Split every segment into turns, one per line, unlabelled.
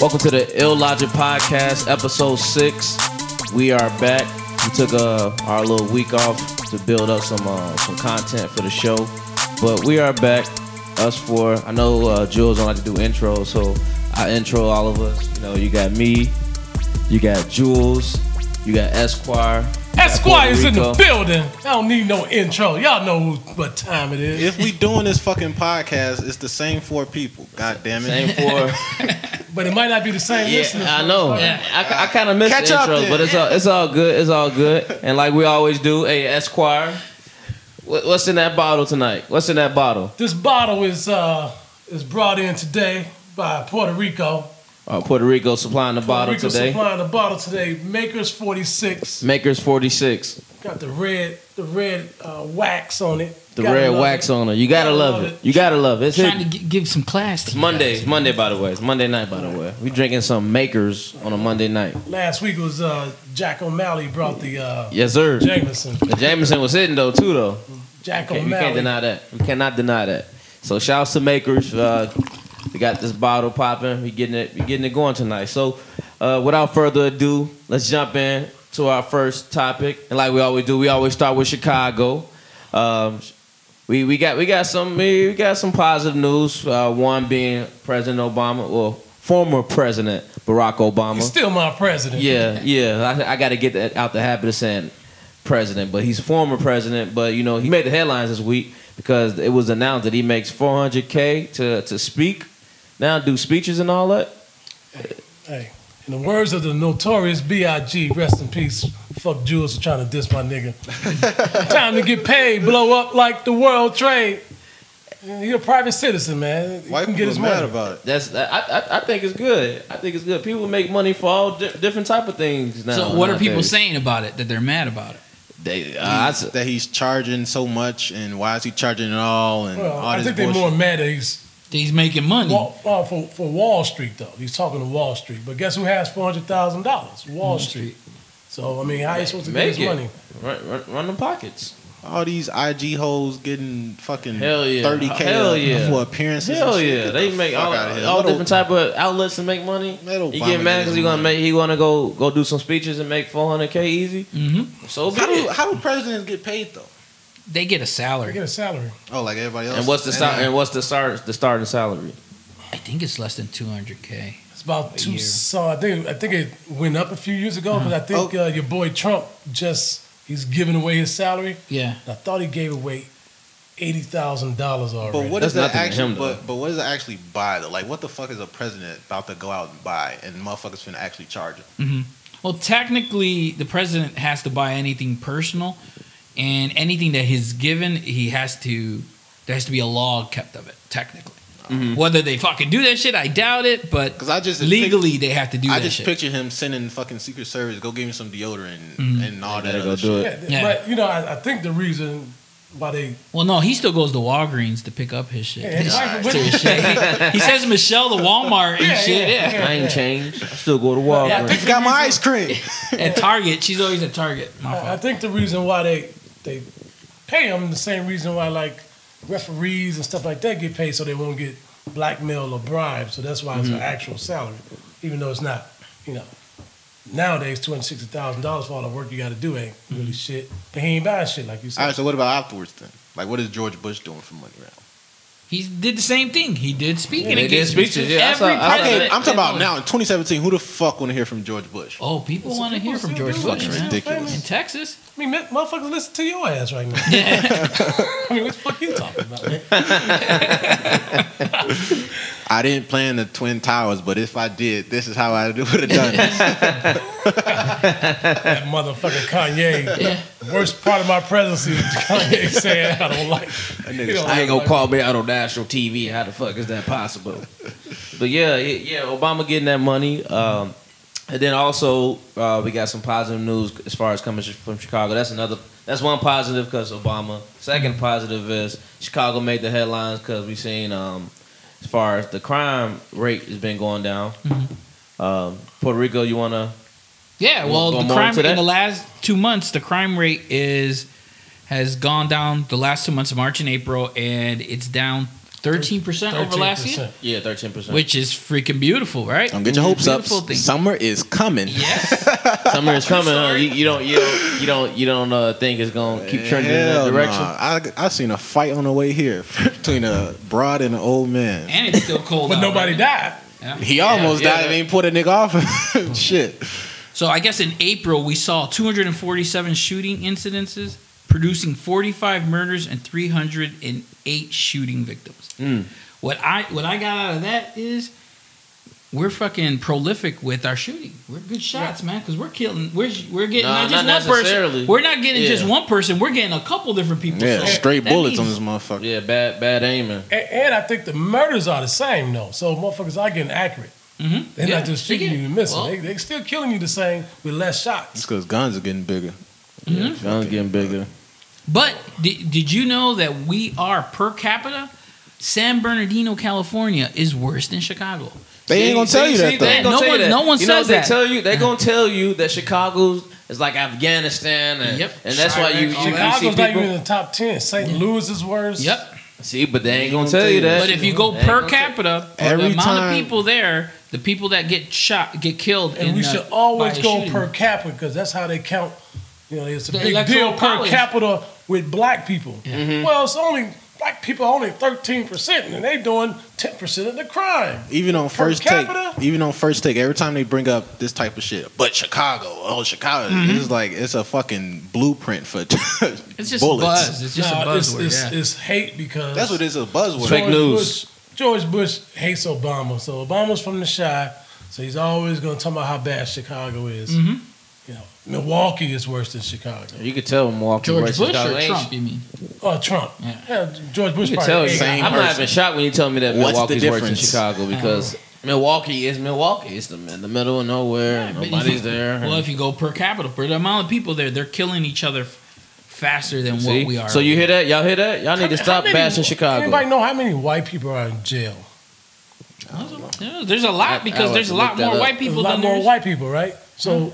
Welcome to the Ill Logic Podcast, episode six. We are back. We took uh, our little week off to build up some uh, some content for the show, but we are back. Us four. I know uh, Jules don't like to do intros, so I intro all of us. You know, you got me, you got Jules, you got Esquire. you got
Esquire's
Puerto
in the
Rico.
building. I don't need no intro. Y'all know who- what time it is.
If we doing this fucking podcast, it's the same four people. God damn it.
Same four.
But it might not be the same
Yeah,
listeners.
I know.
Yeah.
I, I kind of missed
Catch
the
up
intro,
then.
but it's all it's all good. It's all good. And like we always do, hey Esquire, what, what's in that bottle tonight? What's in that bottle?
This bottle is uh, is brought in today by Puerto Rico.
Uh, Puerto Rico supplying the
Puerto
bottle
Rico
today.
supplying the bottle today. Makers 46
Makers forty six.
got the red the red uh, wax on it.
The
Gotta
red
love
wax
it.
on it. You gotta love it. You gotta love it. It's
trying to
hidden.
gi- give some class to you
Monday.
guys.
It's Monday, by the way. It's Monday night, by the way. We drinking some Makers on a Monday night.
Last week was uh, Jack O'Malley brought the uh,
Yes, sir.
Jameson.
The Jameson was hitting though too though.
Jack
Can't- we
O'Malley.
can't deny that. We cannot deny that. So shouts to makers. Uh, we got this bottle popping. We getting it. We getting it going tonight. So uh, without further ado, let's jump in to our first topic. And like we always do, we always start with Chicago. Um, we we got we got some we got some positive news. Uh, one being President Obama, well former President Barack Obama.
He's still my president.
Yeah, yeah. I, I got to get that out the habit of saying president, but he's former president. But you know, he made the headlines this week because it was announced that he makes 400k to to speak now, do speeches and all that.
Hey, in the words of the notorious B.I.G., rest in peace. Fuck Jules for trying to diss my nigga. Time to get paid, blow up like the world trade. You're a private citizen, man. You
White
can
people
get his
are mad
money.
about it.
That's I, I I think it's good. I think it's good. People make money for all di- different type of things now.
So what are people
nowadays.
saying about it that they're mad about it?
They, uh, I s-
That he's charging so much and why is he charging it all and
Well,
all
I
this
think they're
bullshit.
more mad that he's
That he's making money.
Wall, well, for, for Wall Street, though. He's talking to Wall Street. But guess who has $400,000?
Hmm.
Wall Street. So, I mean, how you supposed to
Make
get his
it.
money?
run, run, run the pockets.
all these IG hoes getting fucking
Hell yeah.
30K
Hell yeah.
for appearances.
Hell
and shit.
yeah,
Get
they
the
make
fuck
all,
outta here.
all
Little-
different type of outlets to make money.
Let
You
Obama
get mad
get
because
his
he gonna
money.
make he wanna go go do some speeches and make 400k easy.
Mm-hmm.
So be
How do,
it.
how do presidents get paid though?
They get a
They
salary.
get a salary.
Oh, like everybody else.
And what's the sal-
then-
and what's the start the starting salary?
I think it's less than 200k.
It's about two.
year.
So I think I think it went up a few years ago because I think uh, your boy Trump just he's giving away his salary.
Yeah.
I thought he gave away eighty thousand dollars already.
But what
That's
does that
nothing to
actually?
him, though.
but but what does that actually buy though? Like, what the fuck is a president about to go out and buy, and motherfuckers finna actually charge him?
hmm Well, technically, the president has to buy anything personal, and anything that he's given, he has to. There has to be a law kept of it. Technically, whether they fucking do that shit, I doubt it. But
Mm-hmm. 'Cause I just-
legally, they have to do
I
that
just
shit.
picture him sending fucking Secret Service, go give me some deodorant
Mm-hmm.
and all that.
gotta
Other
go do
shit.
it.
Yeah,
Yeah.
but you know, I, I think the reason why they
Well, no, he still goes to Walgreens to pick up his shit.
Yeah, it's like-
To his shit. he sends Michelle to Walmart and
Yeah,
shit.
yeah,
Yeah.
I ain't changed. I still go to Walgreens.
Got my ice cream.
At Target, she's always at Target.
I,
My
I
fault.
think the reason why they they pay him the same reason why like referees and stuff like that get paid so they won't get blackmail or bribes. So that's why it's an actual salary, even though it's not. You know, nowadays two hundred sixty thousand dollars for all the work you got to do ain't really shit. But he ain't buying shit like you
All
said.
right, so what about afterwards then? Like, what is George Bush doing for money round?
He did the same thing. He did speaking
Yeah, they did
engagements.
speeches, yeah, I
Every
saw- I saw
president-
that.
Okay, I'm talking about now in 2017. Who the fuck want to hear from George Bush?
Oh, people want to hear from
People
George
still
Bush
do
Fucking
it.
man.
ridiculous.
in Texas.
I mean, mi- motherfuckers, listen to your ass right now. I mean, what the fuck you talking about? man?
I didn't plan the Twin Towers, but if I did, this is how I would have done it.
That motherfucker Kanye.
Yeah.
Worst part of my presidency is Kanye saying I don't like.
nigga's-
you don't
I ain't
like-
gonna call me out on national TV. How the fuck is that possible? but yeah, yeah, yeah, Obama getting that money. Um, and then also uh, we got some positive news as far as coming sh- from Chicago. That's another. That's one positive because Obama. Second positive is Chicago made the headlines because we seen um, as far as the crime rate has been going down. Um, Puerto Rico, you wanna?
Yeah,
We'll
well,
go
the
more
crime
into
rate in
that.
the last two months, the crime rate is has gone down the last two months, March and April, and it's down thirteen percent over last year,
Yeah, thirteen percent.
which is freaking beautiful, right?
Don't get your hopes up.
Beautiful thing.
Summer is coming.
Yes,
summer is coming. Huh?
sorry.
You, you don't, you don't, you don't, you don't uh, think it's gonna keep trending
Hell
in that direction.
nah.
I I seen a fight on the way here between a broad and an old man.
and it's still cold.
But
out,
nobody
right?
died.
Yeah.
He
Yeah.
almost
yeah,
died
that-
and ain't put a nigga off. Shit.
So I guess in April we saw 247 shooting incidences, producing 45 murders and 308 shooting victims.
Mm.
What I what I got out of that is we're fucking prolific with our shooting. We're good shots, man, because we're killing. We're we're getting
Nah,
not just
not
one
necessarily.
person. We're not getting
Yeah.
just one person. We're getting a couple different people.
Yeah,
So
straight
that
bullets on
means-
this motherfucker.
Yeah, bad, bad aiming.
And, and I think the murders are the same though. So motherfuckers are getting accurate.
Mhm.
They're
Yeah,
not just
they
shooting
get-
you and missing.
well,
they, they still killing you the same with less
It's
shots.
because guns are getting bigger.
Mm-hmm. Guns getting bigger.
But did, did you know that we are per capita? San Bernardino, California is worse than Chicago.
They ain't gonna tell you that
They
though.
ain't gonna
No
tell you
one-
that.
no one
you know
says
what
that.
They tell you they gonna tell you that Chicago is like Afghanistan, and,
Yep.
and that's why
Oh,
you, you,
All
you
that.
see
Chicago's not even in
people.
the top ten. St. Louis is worse.
Yep.
See, but they ain't gonna tell you that.
But if you go
They ain't
per
gonna tell-
capita, for
Every
the amount
time-
of people there, the people that get shot, get killed,
And
in
we
the-
should always
by a
go
shooting.
per capita because that's how they count. You know, it's a
The
big
electoral
deal per
college.
capita with black people.
Mm-hmm.
Well, it's only black people are only thirteen percent, and they doing ten percent of the crime.
Even on first take,
capita?
even on first take, every time they bring up this type of shit, but Chicago, oh Chicago, it's like it's a fucking blueprint for
Mm-hmm. It's just
bullets.
buzz. It's just a
Nah, it's,
buzzword.
it's,
yeah.
it's hate because
That's what it is, a buzzword.
Fake news.
Bush, George Bush hates Obama, so Obama's from the shy, so he's always going to talk about how bad Chicago is.
Mm-hmm.
You know, Milwaukee is worse than Chicago.
You could tell Milwaukee
George
versus
Bush
Chicago
or
ain't-
Trump? You mean?
Oh, Trump.
Yeah.
Yeah, George Bush
You can
probably.
tell.
hates-
Same
I'm
person.
not even shocked when you tell me that
What's the
Milwaukee's worse than
difference?
Chicago because Milwaukee is Milwaukee. It's the, in the middle of nowhere.
Uh-huh. Yeah, but if
nobody's
you-
there.
Well, if you go per capita, for the amount of people there, they're killing each other f- faster than
See?
what we are.
So you hear that? Y'all hear that? Y'all need to
How
stop
many-
bashing Chicago.
Anybody know how many white people are in jail?
Yeah, there's a
I- I
lot because
would
there's a
look
lot
that
more
up.
white
There's a
people
lot
than
more
there's.
white people, right? So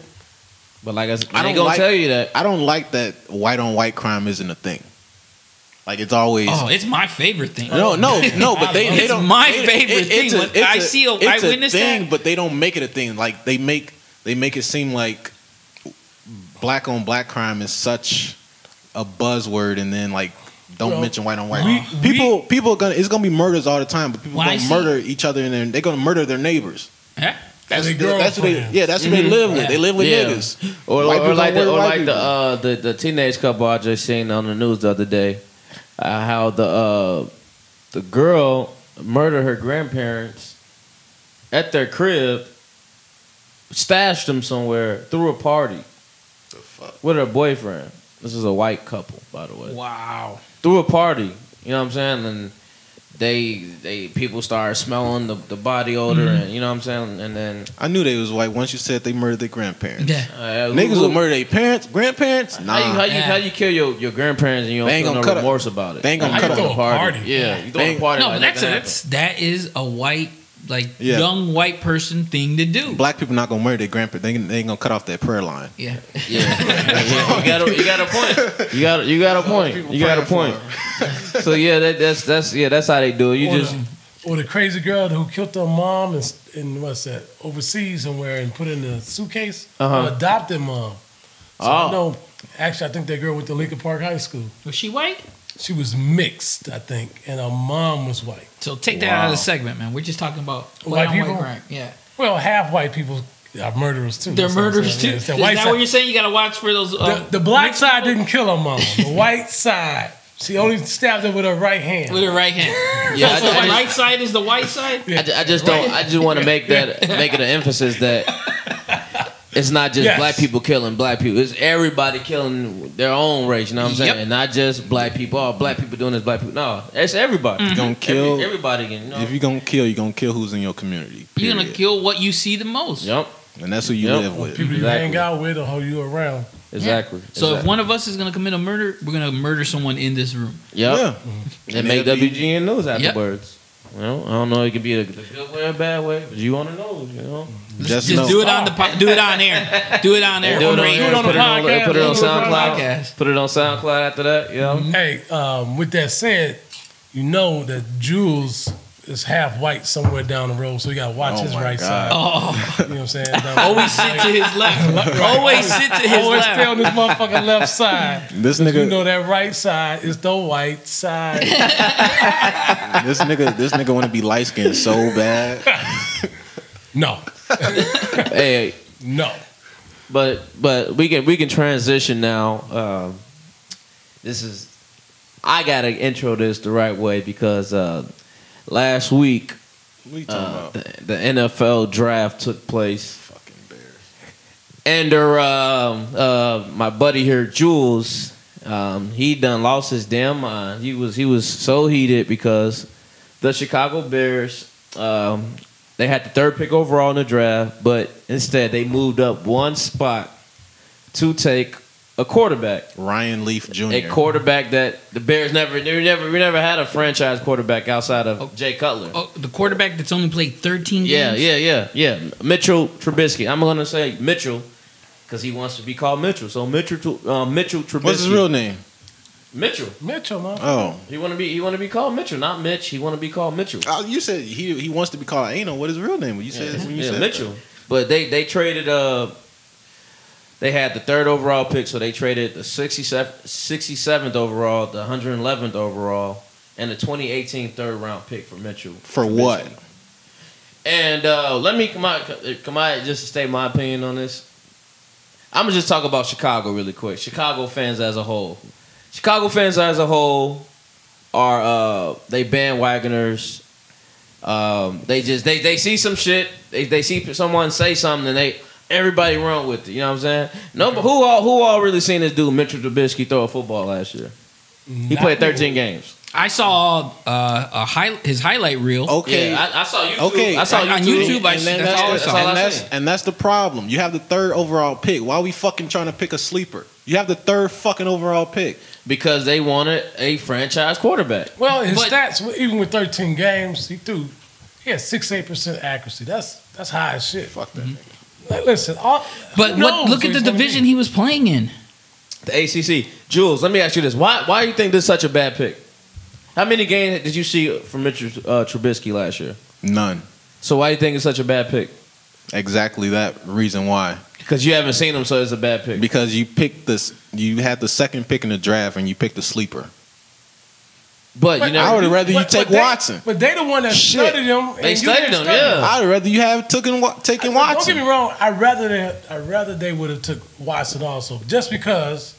But like I said,
I
I ain't
don't
gonna
like-
tell you that.
I don't like that white on white crime isn't a thing. Like it's always
Oh, it's my favorite thing.
no, no, no. But they, they
It's
don't.
my
they-
favorite thing. When I see a- I
it's
witness
thing,
that.
but they don't make it a thing. Like they make they make it seem like black on black crime is such a buzzword, and then like don't
Well,
mention white on white.
we-
people people are gonna it's gonna be murders all the time, but people
When I
gonna
see-
murder each other, and then they're gonna murder their neighbors.
Yeah.
That's,
Their
that's what they
girlfriends.
yeah that's what
Mm-hmm.
they live with. They live with
Yeah.
niggas.
Or,
White
or
people
like
don't
the
wear
or
white
like the
people.
uh, the the teenage couple I just seen on the news the other day, uh, how the uh, the girl murdered her grandparents at their crib, stashed them somewhere, threw a party with her boyfriend. This is a white couple, by the way.
Wow.
Threw a party, you know what I'm saying? And they they people started smelling the, the body odor, and you know what I'm saying? And then
I knew they was white once you said they murdered their grandparents.
Yeah.
uh,
Niggas
who-
will murder their parents, grandparents. Nah,
How you how you,
Yeah.
how you kill your, your grandparents and you don't
They ain't
feel
gonna
no
cut a-
remorse about it?
they ain't gonna
How
cut
you
a-
throw a party.
party.
Yeah, you throw
They
a
ain't-
party.
No,
like
but that's a,
nothing
that's that is a white like
Yeah.
young white person thing to do.
black people not gonna murder their grandparents. They, they ain't gonna cut off that prayer line.
Yeah.
happened. yeah. you got a, you got a point. You got a- you got a point.
people
You got a
praying
point. so yeah, that, that's that's yeah, that's how they do it. You
or,
just
the, or the crazy girl who killed her mom and, and what's that overseas somewhere and put in a suitcase.
Uh-huh.
Adopted mom. So
Oh.
I know. Actually, I think that girl went to Lincoln Park High School.
Was she white?
She was mixed, I think, and her mom was white.
So take that out of the segment, man. We're just talking about
White
on
people?
crime. Yeah.
Well, half white people are murderers too.
They're
That's what I'm
murderers
saying.
too.
Yeah, it's
Is
the
that
white
what
side.
you're saying? You got to watch for those. uh,
The, the black
mixed
side
people
didn't kill her mom. The white side. She only stabbed her with her right hand.
With her right hand.
Yeah,
yeah.
I-
So
I
the
just-
right side is the white side.
I, ju- I just don't I just want to make that make it an emphasis that it's not just
Yes.
black people killing black people. It's everybody killing their own race. You know what I'm saying?
Yep.
And not just black people. Oh, black people doing this. Black people. No, it's everybody.
You gonna Mm-hmm. kill
Every- everybody. Can, you know?
if you gonna kill, you gonna kill who's in your community.
You're gonna
period.
kill what you see the most.
Yep.
and that's who you
Yep.
live
Or
with.
people you hang
Exactly.
out with or hold you around.
Exactly.
So if
Exactly.
one of us is gonna commit a murder, we're gonna murder someone in this room.
Yep.
Yeah,
And make
They'll be-
WGN news
Yep.
afterwards. You know, I don't know. It could be a, a good way or a bad way, but you want to know. You know,
just,
Just
know.
do it on the po- do it on air. Do it on air.
do it on,
radio.
air,
on
put,
the
it on,
podcast,
put it on
do it on the
SoundCloud.
podcast.
Put it on SoundCloud after that. You know,
Hey, um, with that said, you know that Jules is half white somewhere down the road, so you gotta watch
Oh
his
my
right
God.
side.
Oh,
You know what I'm saying? Down-
always sit to his left. Always sit to his
Always stay
left.
on this motherfucking left side.
This
You
nigga,
know that right side is the white side.
this nigga, this nigga want to be light skinned so bad.
No,
Hey,
no.
but but we can we can transition now. Um, this is I gotta intro this the right way because uh, last week
What you talking
uh,
about?
the, the NFL draft took place.
Fucking bears.
And her, um, uh, my buddy here, Jules, um, he done lost his damn mind. He was he was so heated because the Chicago Bears, um, they had the third pick overall in the draft, but instead they moved up one spot to take a quarterback,
Ryan Leaf Jr.
a quarterback that the Bears never, they never, we never had a franchise quarterback outside of
Oh.
Jay Cutler.
Oh, the quarterback that's only played 13 games.
Yeah, yeah, yeah, yeah. Mitchell Trubisky. I'm gonna say Mitchell because he wants to be called Mitchell. So Mitchell, uh, Mitchell Trubisky.
What's his real name?
Mitchell.
Mitchell, man.
Oh,
He want to be. He want to be called Mitchell, not Mitch. He want to be called Mitchell.
Oh, you said he he wants to be called anal. What is his real name? When you said
yeah,
when you
yeah,
said that.
Mitchell. But they they traded. Uh, they had the third overall pick, so they traded the 67th, 67th overall, the 111th overall, and the 2018 third round pick for Mitchell.
for what?
And uh, let me come out, come out just to state my opinion on this. I'm gonna just talk about Chicago really quick. Chicago fans as a whole, Chicago fans as a whole are uh, they bandwagoners. Um, they just they, they see some shit. They, they see someone say something and they everybody run with it. You know what I'm saying? No, but who all who all really seen this dude Mitchell Trubisky throw a football last year? He played 13 games.
I saw uh, a high, his highlight reel.
Oh.
Okay,
Yeah, I, I saw YouTube.
Okay.
I saw
On- on YouTube, I-
then
that's all I saw.
all
and
I
that's
seen.
and that's the problem. You have the third overall pick. Why are we fucking trying to pick a sleeper? You have the third fucking overall pick.
because they wanted a franchise quarterback.
Well, his
But-
stats, even with 13 games, he threw, he had 68 percent accuracy. That's that's high as shit.
Fuck
Mm-hmm.
that. nigga.
Like, listen, all,
But
who
what,
knows what
look at the
he's gonna
division
be?
he was playing in.
The ACC, Jules. Let me ask you this: Why why you think this is such a bad pick? How many games did you see from Mitchell uh, Trubisky last year?
None.
So why do you think it's such a bad pick?
Exactly that reason why.
Because you haven't seen him, so it's a bad pick.
Because you picked this. You had the second pick in the draft, and you picked a sleeper.
But you
But-
know,
I would have rather you
but-
take
but they-
Watson.
But they the one that
Shit.
studied him.
They studied him, yeah.
I'd rather you have taken Wa- taken
Don't get
Watson.
me wrong. I rather they, I rather they would have took Watson also, just because.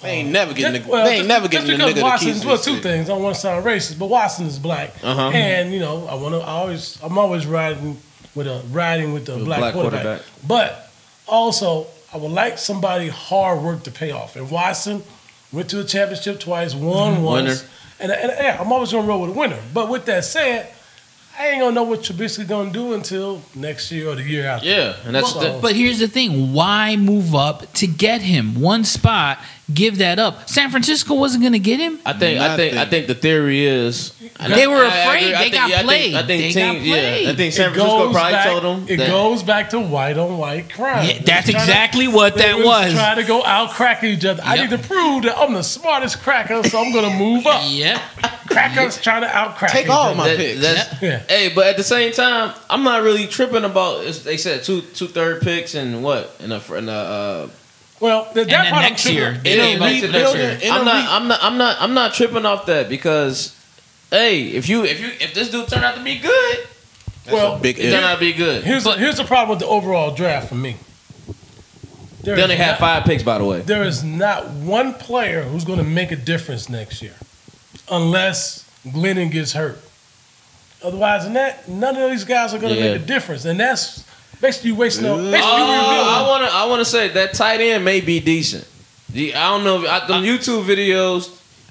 They ain't never getting.
just-
The,
well,
they ain't
just-
never
just
getting the
because
nigga the
Watson's-
keys. to
Well,
this
two
shit.
things. I don't want to sound racist, but Watson is black,
Uh-huh.
and you know, I want to. I always, I'm always riding with a riding with the black,
black
quarterback.
quarterback.
But also, I would like somebody hard work to pay off. And Watson went to a championship twice, won once,
Winner.
and, and yeah, I'm always gonna roll with a winner. But with that said. I ain't gonna know what Trubisky gonna do until next year or the year after.
yeah, and that's
Well,
the,
But here's the thing: why move up to get him one spot? Give that up. San Francisco wasn't going to get him.
I think I think I
nothing.
think the theory is and
They
I-
were
I agree.
afraid.
I
They
think-
got
yeah, I think- I
played.
think
They got
team- yeah, I
played.
think
It
San Francisco
goes
probably
back-
told them
It
that-
goes back to white on white crime.
Yeah, that's
They was
exactly
tryna-
what
they
that
was.
was.
Trying to go out cracking each other. I need
Yep.
to prove that I'm the smartest cracker, so I'm gonna move up.
Yep.
Crackers trying to out crack.
Take
each
all
other.
my
that-
picks.
that's-
Yeah.
Hey, but at the same time, I'm not really tripping about. it's- They said two two third picks and what and a, fr- and a uh,
Well, th- that
And then
part I'm
next
tripping-
year, they
It
gave
ain't
up
like the
to
next
next
building-
year.
year.
in a
I'm
re-
not. I'm not. I'm not. I'm not tripping off that because, hey, if you if you if this dude turned out to be good,
Well,
Big
it turned
if.
out to be good.
here's here's the problem with the overall draft for me. There
They
is
only had
not-
five picks, by the way.
There is not one player who's going to make a difference next year, unless Glennon gets hurt. Otherwise, than that, none of these guys are going to
Yeah.
make a difference, and that's basically you wasting. a- Basically,
Oh, I
you
want to. I want to say that tight end may be decent. The- I don't know. I, them YouTube videos,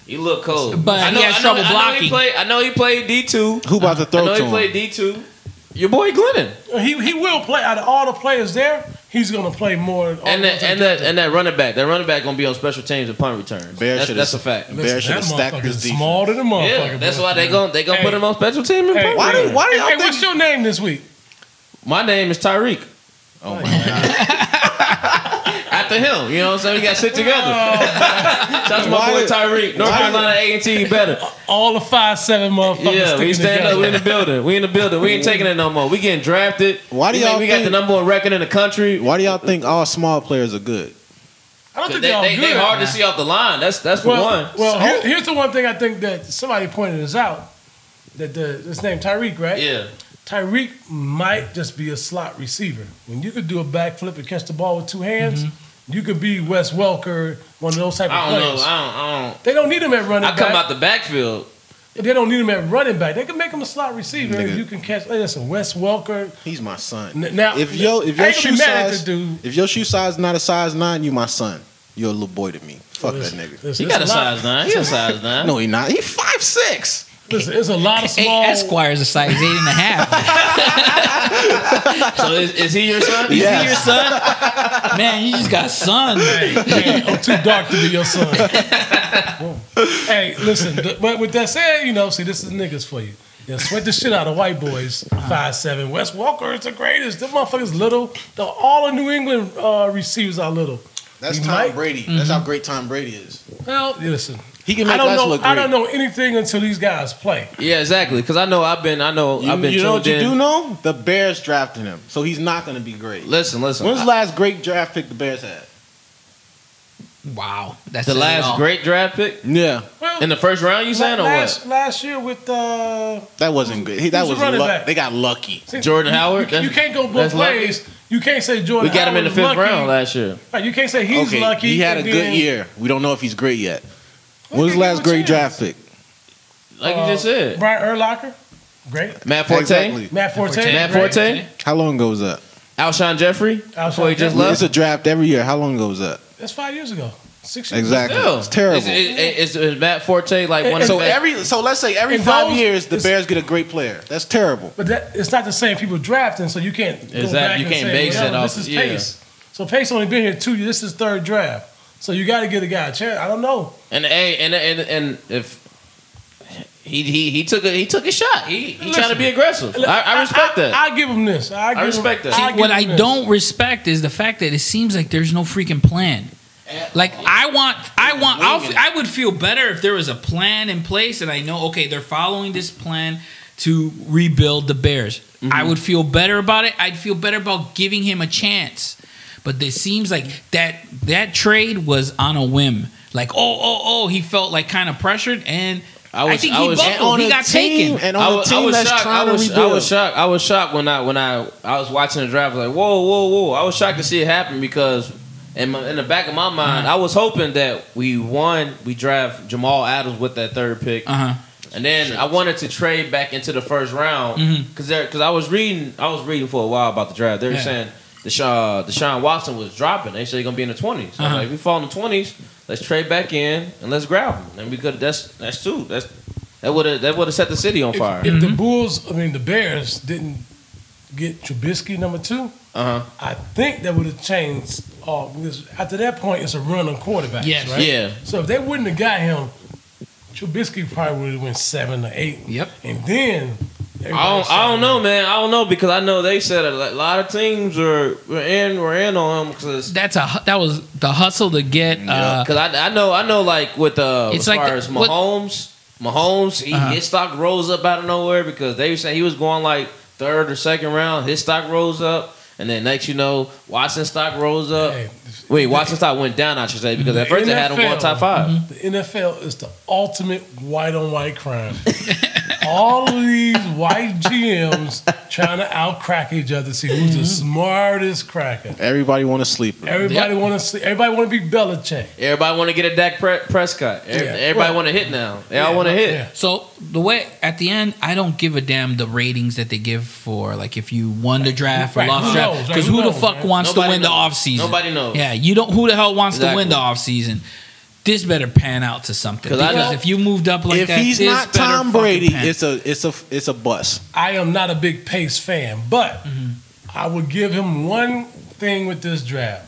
he look cold.
But
I know,
he has
I know,
trouble
I know he
blocking.
played. I know he played D two.
Who about to
I
throw
know
to
he
him?
played D two. Your boy Glennon
rebuilding. He he will play out of all the players there. He's going to play more.
Oh,
than all
and
the
that
ones
and
that-
that and that running back. That running back gonna be on special teams and punt returns.
Bears
That's,
should've-
that's a fact.
Bears
Listen,
should've
that
stacked
motherfucker
his
is
defense.
Smaller than a motherfucker.
Yeah, that's
boy.
why they gonna they gonna
Hey.
put him on special team and
Hey,
punt
Why do
returns.
why do
Hey,
y'all
hey,
think
what's your name this week?
My name is Tyreek.
Oh my god!
I after him. You know what I'm saying? We got shit together. Shout out to my
Oh. Why
boy
did-
Tyreek. North
why did-
Carolina A and T better.
All the five seven motherfuckers.
Yeah, we stand
sticking together.
up. We in the building. We in the building. We ain't taking it no more. We getting drafted.
Why do
We think
y'all
we got
think-
the number one record in the country?
Why do y'all think all small players are good?
I don't
They,
think they, all
they,
good.
they hard to see off the line. That's that's for
well,
one.
well here- here's the one thing I think that somebody pointed us out. That the his name Tyreek, right?
yeah,
Tyreek might just be a slot receiver. When you could do a backflip and catch the ball with two hands, you could be Wes Welker, one of those type
Mm-hmm. I
of
don't know. I don't.
players.
I don't.
They don't need him at running
I come
back.
out the backfield.
they don't need him at running back. They can make him a slot receiver.
Nigga.
You can catch. Hey, listen, Wes Welker.
He's my son.
N- now-
if your if
I ain't gonna
your shoe
be mad at the
size
dude.
if your shoe size not a size nine, you my son. You're a little boy to me. Fuck that
Listen,
nigga.
listen,
He got a
it's lot-
size nine. He a size nine.
No, he not. He five six.
Listen, it's a lot of
Hey,
small.
Esquire's a size eight and a half.
So is, is he your son?
You
Yes.
see your son? Man, you just got son.
Hey, I'm too dark to be your son. hey, listen, th- but with that said, you know, see, this is niggas for you. They sweat the shit out of white boys. Five seven. Wes Walker is the greatest. Them motherfuckers little. The all of New England uh, receivers are little.
That's
He
Tom
might-
Brady.
Mm-hmm.
That's how great Tom Brady is.
Well, listen,
He can make
I don't
us
know.
look great.
I don't know anything until these guys play.
Yeah, exactly. Because I know I've been. I know
You,
I've been.
you know what
tuned
you do
in.
know? The Bears drafted him, so he's not going to be great.
Listen, listen.
When's the
I-
last great draft pick the Bears had?
Wow, that's
the
it
last
all.
great draft pick
Yeah,
Well,
in the first round? You saying or
last
what?
last year with uh,
that wasn't good. He- That
Who's the
was
running
luck.
back?
They got lucky.
see,
Jordan
you-
Howard?
You, you can't go both
That's lucky.
ways. You can't say Jordan.
We got him in the
Howard
fifth
lucky.
round last year.
Right, you can't say he's
okay,
lucky.
he had a
and
good
then-
year. We don't know if he's great yet.
Well,
When's
give
the
him
last
a
great
chance.
draft pick?
Like you just said,
Uh, Brian Erlocker, great.
Matt Forte,
Exactly.
Matt Forte,
Matt
great.
Forte,
How long ago was that?
Alshon Jeffrey. Before he
Alshon
just
Jeffrey.
left.
It's a draft every year. How long ago was that?
That's five years ago. Six years ago.
Exactly.
Still.
It's terrible.
Is, is- is- is Matt Forte like one of the
so
best?
every so let's say every
And
five
those-
years the
it's-
Bears get a great player. That's terrible.
But that it's not the same people drafting, so you can't go
Exactly.
back
You
and
can't
say,
base
well,
it
this
off-
is
yeah.
Pace. So Pace only been here two years. This is third draft. So you got to get a guy a chance. I don't know.
and hey, and and and if. He, he, he took a he took a shot. He, he
Listen.
trying to be aggressive. I, I respect that.
I, give him this. I, give
respect
him,
that.
I'll
See,
give
what
him
I
this.
don't respect is the fact that it seems like there's no freaking plan. Like I want, I want, I'll, f- I would feel better if there was a plan in place, and I know, okay, they're following this plan to rebuild the Bears. I would feel better about it. I'd feel better about giving him a chance. But it seems like that that trade was on a whim. Like, oh, oh, oh, he felt like kind of pressured, and
I
I,
was-
think
I
he
was-
And
buckled. He
a
got
team,
taken.
and on a
wa-
team that's trying
I was,
to rebuild.
I was shocked. I was shocked when I when I I was watching the draft. I was like, whoa, whoa, whoa! I was shocked to see it happen because in my, in the back of my
Mm.
mind, I was hoping that we won. We draft Jamal Adams with that third pick,
Uh huh.
and then I wanted to trade back into the first round
Mm-hmm.
because because I was reading I was reading for a while about the draft. They were
Yeah.
saying Deshaun Deshaun Watson was dropping. They said he's gonna be in the 20s So I was
Uh-huh.
like, if we fall in the twenties, let's trade back in and let's grab him. And we could that's that's two. That's that would have that would have set the city on
If,
fire.
if the Bulls, I mean the Bears, didn't get Trubisky number two,
Uh-huh.
I think that would have changed. all because after that point, it's a run on quarterbacks,
Yes.
right?
Yeah.
So if they wouldn't have got him, Trubisky probably would have went seven or eight.
Yep.
And then
I don't, I don't know, man. I don't know because I know they said a lo- lot of teams are were in were in on him because
That's a hu- that was the hustle to get. Uh,
I, I know I know like with uh
It's
as
like
far
the-
as
what-
Mahomes Mahomes he,
Uh-huh.
his stock rose up out of nowhere because they were saying he was going like third or second round his stock rose up and then next you know Watson's stock rose up
Hey,
wait Watson's stock went down I should say because at
The
first they had him
NFL.
going top
Mm-hmm.
5
The NFL is the ultimate white on white crime. All of these white GMs trying to outcrack each other, see who's the smartest cracker.
Everybody want to sleep.
Everybody want to see. Everybody want to be Belichick.
Everybody want to get a Dak Pre- Prescott. Every-
Yeah.
Everybody
Well-
want to hit now. They all want to hit.
Yeah.
so the way at the end, I don't give a damn the ratings that they give for like if you won the draft
Right.
or lost
Who
the
knows?
draft
Like,
because
who
who the
knows,
fuck
man?
wants
Nobody
to win the
knows.
off season?
Nobody knows.
Yeah, you don't. Who the hell wants to win
Exactly.
the off season? This better pan out to something
'Cause I
because
know-
if you moved up like
if
that,
he's
this
not
better
Tom
fucking
Brady,
pan.
it's a it's a it's a bust.
I am not a big Pace fan, but I would give him one thing with this draft.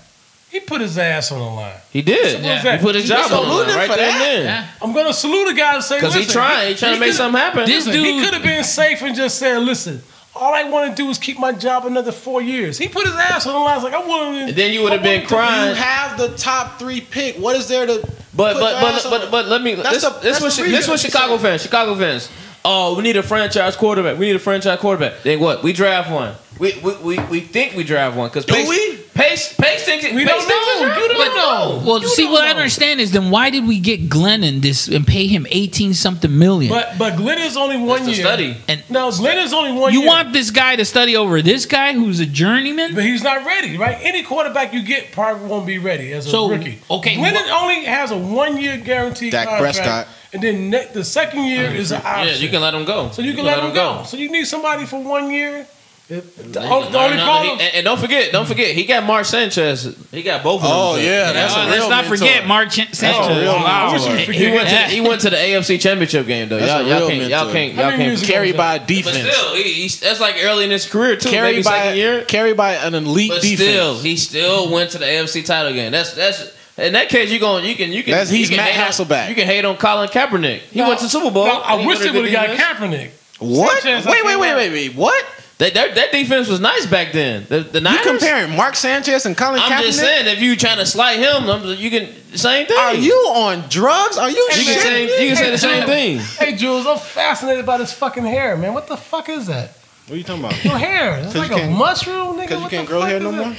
He put his ass on the line.
He did.
Simple as that.
He put his
They
job on the
salute
line
him
right
for
there
that.
and then.
Yeah.
I'm gonna salute a guy and say,
Because he
"Listen,
trying. He trying to make
could've-
something happen.
This
listen, He
dude-
could have been safe and just said, "Listen, all I want to do is keep my job another four years. He put his ass on the line. He's Like I want
And
to.
then you would have
I
been
wanted to-
crying.
You have the top three pick. What is there to?
But
put
but
your ass
but,
on?
but but let me.
That's
This,
the-
this
that's
was
the
this
reason.
was Chicago fans. Chicago fans. Oh, we need a franchise quarterback. We need a franchise quarterback. Then what? We draft one. We we, we, we think we draft one because
Do we?
Pace Pace thinks it-
We
Pace
don't
thinks it's
know.
draft
You don't
one.
know.
Well,
You
see,
don't
what I
know.
understand is then why did we get Glennon this and pay him eighteen something million?
But but Glenn is only one
That's the
year.
study.
and
No, Glenn is only one.
you
year.
want this guy to study over this guy who's a journeyman?
But he's not ready, right? Any quarterback you get probably won't be ready as a
So,
rookie.
okay,
Glennon
wha-
only has a one-year guaranteed
Dak
contract,
Prescott.
and then ne- the second year is an option.
Yeah, you can let him go.
so you, can, let, him go. So you need somebody for one year. If-
They
The, o- the
learn
only
how to-
problem,
he- and, and don't forget, don't forget, he got Mark Sanchez. He got both of them.
Oh, yeah, that's
Uh,
a
let's
real
not
mentor.
forget Mark Chan- Sanchez.
real
Wow.
mentor.
He-
He went, to, he went to the AFC Championship game though.
That's
Y'all,
a
y'all
real
can't, y'all
mentor.
can't,
How
y'all
many years
can't.
ago
Carried
was
by a
But
defense.
still, he, he's, that's like early in his career too. maybe
Carried by
second year.
carried by an elite
But
defense.
still, he still went to the AFC title game. That's that's in that case you going you can you can
That's- he's
you can
Matt
hate on-
Hasselbeck.
you can hate on Colin Kaepernick. He went to the Super Bowl.
No, I
He
wish they
went
would
to
have got
defense.
Kaepernick.
what?
Sanchez, I
wait, wait,
think,
wait,
right?
wait, wait. What?
That, that that defense was nice back then. The the
You
Niners.
comparing Mark Sanchez and Colin
I'm
Kaepernick?
just saying if you trying to slight him, I'm, you can same thing.
Are you on drugs? Are you?
You can
shitting
say
me?
you can say the same thing.
Hey Jules, I'm fascinated by this fucking hair, man. What the fuck is that?
What are you talking about?
Your hair? It's
'Cause
like
you
a
can't-
mushroom, nigga.
Because you
What
can't
the
grow
fuck
hair
is
no
that?
more.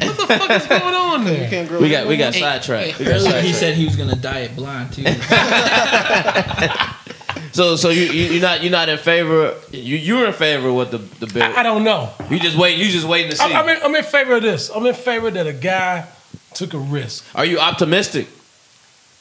What the fuck is going on
You
there?
can't grow.
We
hair
got we
no more?
got sidetracked. We got
Earlier he
sidetracked.
said he was gonna dye it blonde too.
So so you you- you're not you're not in favor. You you're in favor with the the bill.
I, I don't know.
You just wait. You just waiting to see.
I, I'm, in, I'm in favor of this. I'm in favor that a guy took a risk.
Are you optimistic?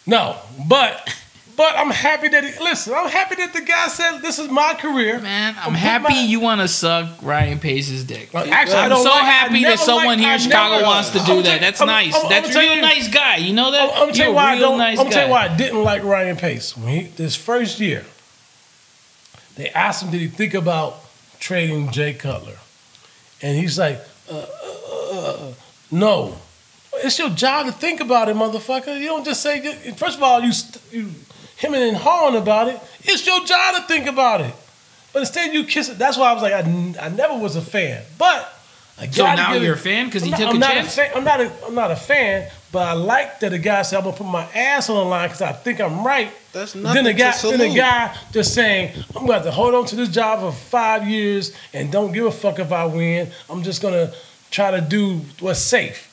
No, but but I'm happy that he listen. I'm happy that the guy said this is my career.
Man, I'm
Put
happy
my-
you want to suck Ryan Pace's dick.
Well, actually, I
I'm
don't
so
like- I
happy
never
that someone
liked-
here
I
in Chicago
never-
wants to do
I'm
that.
tell-
That's
I'm-
nice.
I'm- I'm
That's
tell
real
you-
nice guy. You know that?
I'm, I'm
You're
tell you
a
why I
real
don't.
nice
I'm tell you
guy.
why I didn't like Ryan Pace when he, this first year. They asked him, "Did he think about trading Jay Cutler?" And he's like, uh, uh, uh, "No." It's your job to think about it, motherfucker. You don't just say. First of all, you st- you him and hawing about it. It's your job to think about it. But instead, you kiss it. That's why I was like, I, n- I never was a fan. But I
So
gotta
now
give it-
you're a fan because he
I'm
took
not,
a
I'm not
chance.
fan, I'm not a, I'm not a fan, but I like that the guy said I'm gonna put my ass on the line because I think I'm right.
That's
Then
nothing
the
to
guy, then the
salute.
guy just saying I'm gonna have to hold on to this job for five years and don't give a fuck if I win. I'm just gonna try to do what's safe.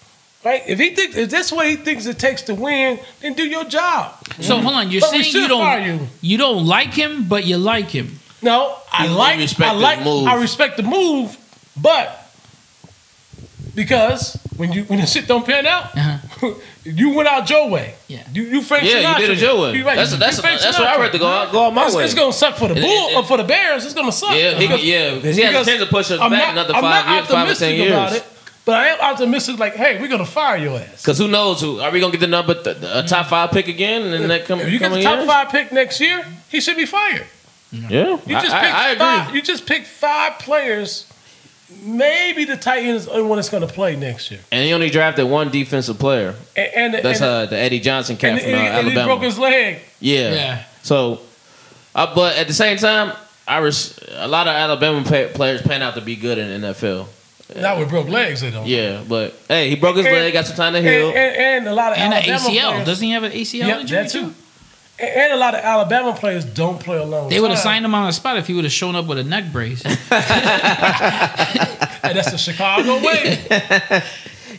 Right? If he thinks if that's what he thinks it takes to win, then do your job.
So hold on, you're
But we
saying
should
you don't
fire you.
don't like him, but you like him.
No, I
You- you
like
respect
I
his
like
move.
I respect the move, but because when you when the shit don't pan out,
Uh-huh.
you went out your way.
Yeah.
You you Frank
Yeah,
Sinatra.
you did it your way.
You right.
That's
You
that's
Frank
that's what I
Sinatra.
read to go out go out my
it's,
way.
it's gonna suck for the
It-
bull
it-
or for the Bears. It's gonna suck.
Yeah, he- yeah, 'cause he has a chance to push us
I'm
back
not-
another
I'm
five
not
years, five or ten
optimistic about
years.
it, But I am optimistic. Like, hey, we're gonna fire your ass.
Because who knows? Who are we gonna get the number th- a top five pick again? And then that come,
If you get
coming
the top
years?
five pick next year, he should be fired.
yeah,
You just
I,
picked
I, I agree.
five. You just picked five players. Maybe the Titans are the one that's going to play next year.
And he only drafted one defensive player.
And, and
That's
and,
uh, the Eddie Johnson cat
and,
from
and-
uh,
and he
Alabama.
broke his leg.
yeah.
Yeah.
So, uh, but at the same time, I res- a lot of Alabama pa- players pan out to be good in the NFL.
Not with broke legs, they don't.
Yeah, but hey, he broke his
And-
leg, got some time to
And,
Eh,
heal.
and, and a lot of
And an
Alabama
ACL.
players-
Doesn't he have an ACL
Yep,
injury
that
too?
too. And, and a lot of Alabama players don't play alone.
They would have signed him on the spot if he would have shown up with a neck brace.
And that's the Chicago way.
eh.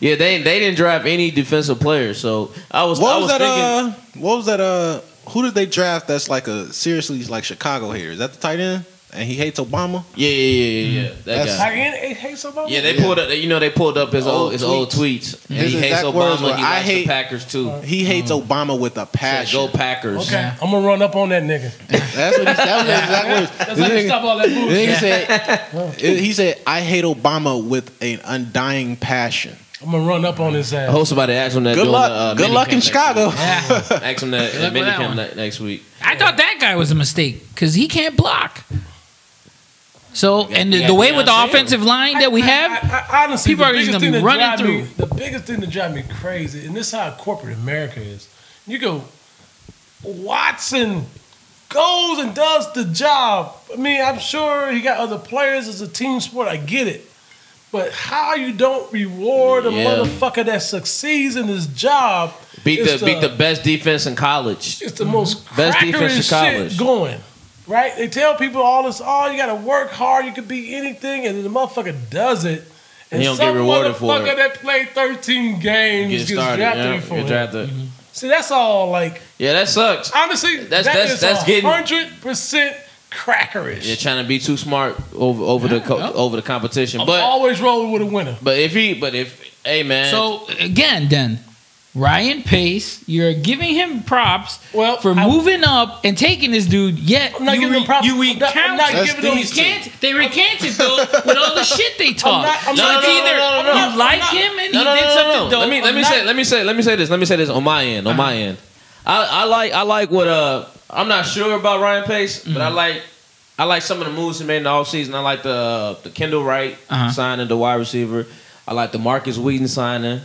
yeah, they they didn't draft any defensive players. So I was I
What
was
was that?
thinking.
Uh, what was that? Uh, who did they draft? That's like a seriously like Chicago hater. Is that the tight end? And he hates Obama.
yeah, yeah, yeah, yeah, yeah. That
That's-
guy.
Tight end, eh, hey, somebody.
Yeah, they pulled up. You know, they pulled up his
Old
old his old tweets, and
His
he hates
exact words were,
Obama. He
"I
likes the
hate-
Packers too.
He hates Obama with a
Said,
passion.
Go Packers.
Okay, I'm gonna run up on that nigga.
That's what he, that was the exact words.
That's
This
like
nigga-
stop all that
this
bullshit.
nigga said, he said, I hate Obama with an undying passion.
I'm gonna run up on his
I
ass.
hope somebody asked him that.
Good
during
luck.
The, uh,
good
minicamp
luck in
next
Chicago.
week. Ask him that at
Good luck with that
minicamp
one.
ne- next week.
I thought that guy was a mistake because he can't block. So and
you
the,
got
the way with the
Deion
offensive line that we have,
I, I, I, honestly,
people
the
are just
biggest
gonna
thing
be
that
running
drive me-
through.
the biggest thing that drives me crazy, and this is how corporate America is. You go, Watson goes and does the job. I mean, I'm sure he got other players. It's a team sport. I get it. But how you don't reward a
Yeah.
motherfucker that succeeds in his job?
Beat
is
the beat
uh,
the best defense in college.
it's the most
Best
best
defense in
defense
college.
shit going. Right? They tell people all this, oh, you gotta work hard, you could be anything, and then the motherfucker does it. And
He don't get rewarded for
motherfucker
it.
that played 13 games
Get
gets
started.
drafted
yeah,
for
get
it.
drafted.
Mm-hmm.
See, that's all like
Yeah, that sucks.
honestly,
That's-
that's
that's- that's getting-
hundred percent crackerish.
You're trying to be too smart over over the co-
Yeah, yeah.
over the competition.
I'm
but
always rolling with a winner.
but if he but if hey man,
So again, then Ryan Pace, you're giving him props
Well,
for
I-
moving up and taking this dude. Yet
I'm not
you,
giving him props.
you
I'm not- I'm not
recount-
giving them-
you recant- They recanted though with all the shit they talked.
not- I'm
so
not-
it's
no, no,
either
no, no,
you
no.
like him and
no,
he
no,
did
no, no,
something
no.
dope.
Let me let
I'm
me
not- Uh-huh.
say let me say let me say this. Let me say this on my end. On my end, I, I like I like what uh I'm not sure about Ryan Pace, but
Mm-hmm.
I like I like some of the moves he made in the offseason. I like the uh, the Kendall Wright
Uh-huh.
signing the wide receiver. I like the Marcus Wheaton signing.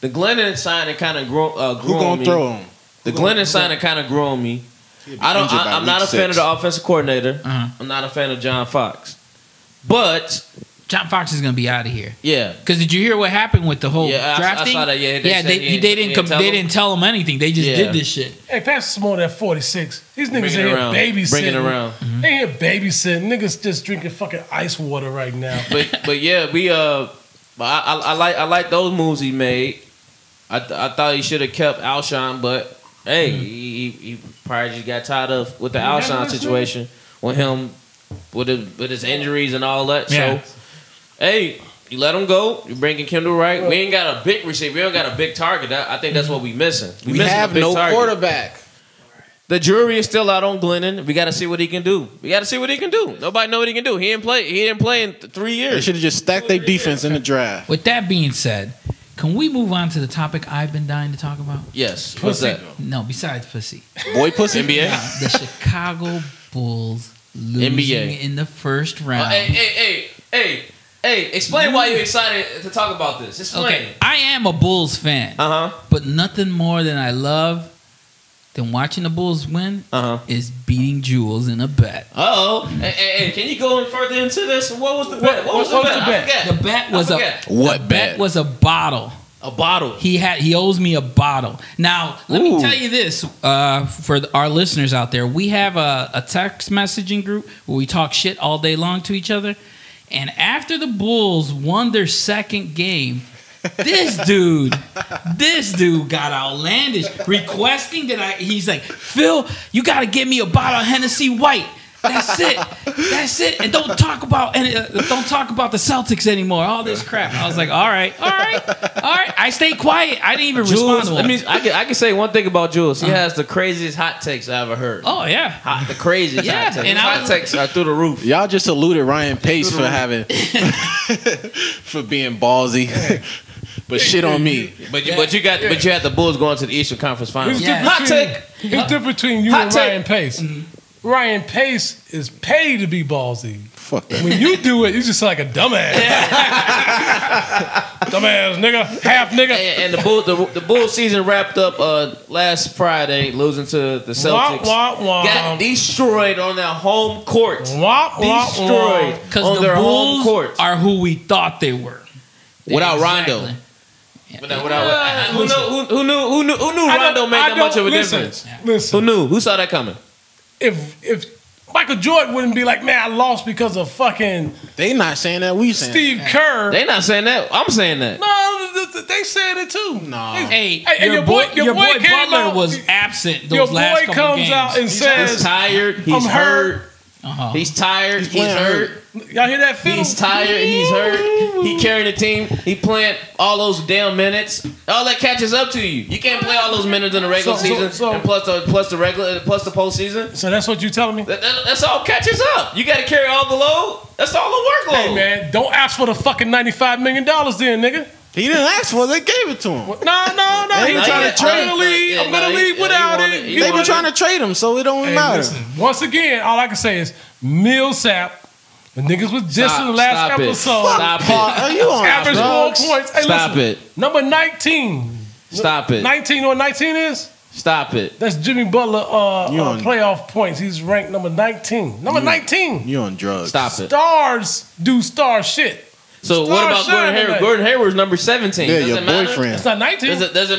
The Glennon signing kind of grew, uh, grew
Who
on
gonna
me.
throw him?
The Glennon signing kind of grew on me. I don't.
injured by
I, I'm not a
week
fan of
six.
the offensive coordinator.
Uh-huh.
I'm not a fan of John Fox. But
John Fox is gonna be out of here.
yeah,
Cause did you hear what happened with the whole
Yeah, I- I
drafting?
saw that. Yeah, they said
they,
he didn't-
they
he
didn't
didn't
com-
tell
they
him.
didn't tell him anything. They just
Yeah.
did this shit.
Hey, pass some more of that 46. These niggas
bring
in
it
here
around.
babysitting.
Bring it around.
They here babysitting. Niggas just drinking fucking ice water right now.
but but yeah, we uh, but I, I, I like I like those moves he made. I th- I thought he should have kept Alshon, but hey, he, he, he probably just got tired of with the
Yeah,
Alshon
that's it.
situation with him with his, with his injuries and all that.
Yeah.
So hey. You let him go. You bringing Kendall right. We ain't got a big receiver. We don't got a big target. That- I think that's what we missing.
We,
missing a
have
big
no
target.
quarterback.
The jury is still out on Glennon. We got to see what he can do. We got to see what he can do. Nobody know what he can do. He didn't play. He didn't play in th- three
They
years.
should have just stacked their defense in the draft.
With that being said, can we move on to the topic I've been dying to talk about?
Yes. What's that?
No, besides pussy.
Boy pussy. NBA.
Nah, the Chicago Bulls losing
NBA.
in the first
Oh,
round.
hey, hey, hey, hey, hey! Explain why you're excited to talk about this. Explain.
okay, I am a Bulls fan,
Uh huh.
but nothing more than I love than watching the Bulls win
Uh huh.
is beating Jewels in a bet.
Uh oh. Hey, hey, hey, can you go in further into this? What was the bet? What, was,
what
the,
was
bet?
the bet?
I
The
forget.
bet
I
was a
forget.
the
What
bet
bet?
was a bottle.
a bottle.
He had he owes me a bottle. Now let me
Ooh.
tell you this uh, for the- our listeners out there: we have a, a text messaging group where we talk shit all day long to each other. And after the Bulls won their second game, this dude, this dude got outlandish, requesting that I. He's like, Phil, you got to give me a bottle of Hennessy White. That's it. That's it. And don't talk about and uh, don't talk about the Celtics anymore. All this crap. I was like, all right, all right, all right. I stayed quiet. I didn't even respond
Jules.
to him.
Let me. I can. I can say one thing about Jules. He has the craziest hot takes I ever heard.
oh yeah.
Hot, the craziest
Yeah,
hot takes.
and
His
I
hot
was-
takes are through the roof.
Y'all just saluted Ryan Pace for having for being ballsy, but shit on me.
But you, but you got but you had the Bulls going to the Eastern Conference Finals.
Here's
Yeah.
the
Hot
difference
take.
between- Here's the difference between you
Hot
and
take. Mm-hmm.
Ryan Pace. Ryan Pace is paid to be ballsy.
Fuck that.
When you do it, you just like a dumbass. dumbass nigga, half nigga.
And, and the Bull the, the Bull season wrapped up uh, last Friday, losing to the Celtics.
Womp womp womp.
Got destroyed on their home court.
Womp womp
Destroyed
womp.
Because
on
the
their home
Bulls
court
are who we thought they were.
without Rondo.
Exactly.
Without, without, who, knew, who, who knew? Who knew? Who knew
I don't-
Rondo made
I
that much
don't-
of a
listen,
difference? Who
Listen,
knew? Who saw that coming?
if if Michael Jordan wouldn't be like, man, I lost because of fucking
They not saying that. We saying
Steve Kerr.
They not saying that. I'm saying that.
no, th- th- they said it too.
Nah.
They-
Hey,
and
your, boy, your, boy,
came
Butler
out-
was absent those
Your
last
boy
couple
comes
games.
out and
He's
says,
tired. He's
I'm hurt.
hurt.
uh-huh.
He's tired. He's,
playing
hurt.
"Y'all hear that fiddle?
He's tired. He's hurt. He carrying the team. He playing all those damn minutes. All that catches up to you. You can't play all those minutes in the regular
So- so-
season,
so-
and plus the plus the regular plus the postseason.
So that's what you telling me?
That, that, that's all catches up. You got to carry all the load. That's all the workload.
Hey man, don't ask for the fucking ninety-five million dollars, then, nigga.
he didn't ask for. it. They gave it to him.
No, no, no. He
Nah,
trying
yeah,
to trade. I'm
nah,
gonna leave.
yeah,
I'm gonna
nah,
leave
he- he
without it.
wanted- he
He
They
wanted-
been
wanted-
trying to trade him, so it don't
Hey,
matter.
listen, once again, all I can say is Millsap. The niggas was just in the last
stop it.
episode.
Stop
Paul,
it.
are you on
Average four
drugs?
points. Hey,
Stop
listen,
it.
Number nineteen.
Stop it.
Nineteen or nineteen is
Stop it.
That's Jimmy Butler uh,
You
uh,
on-
playoff points. He's ranked number 19. Number 19.
You on drugs?
Stop it.
Stars do star shit.
So
Start
what about
shining
Gordon Hayward?
today.
Gordon Hayward's number seventeen.
Yeah,
Does
your
it matter?
boyfriend.
It's not 19.
Does it, does it,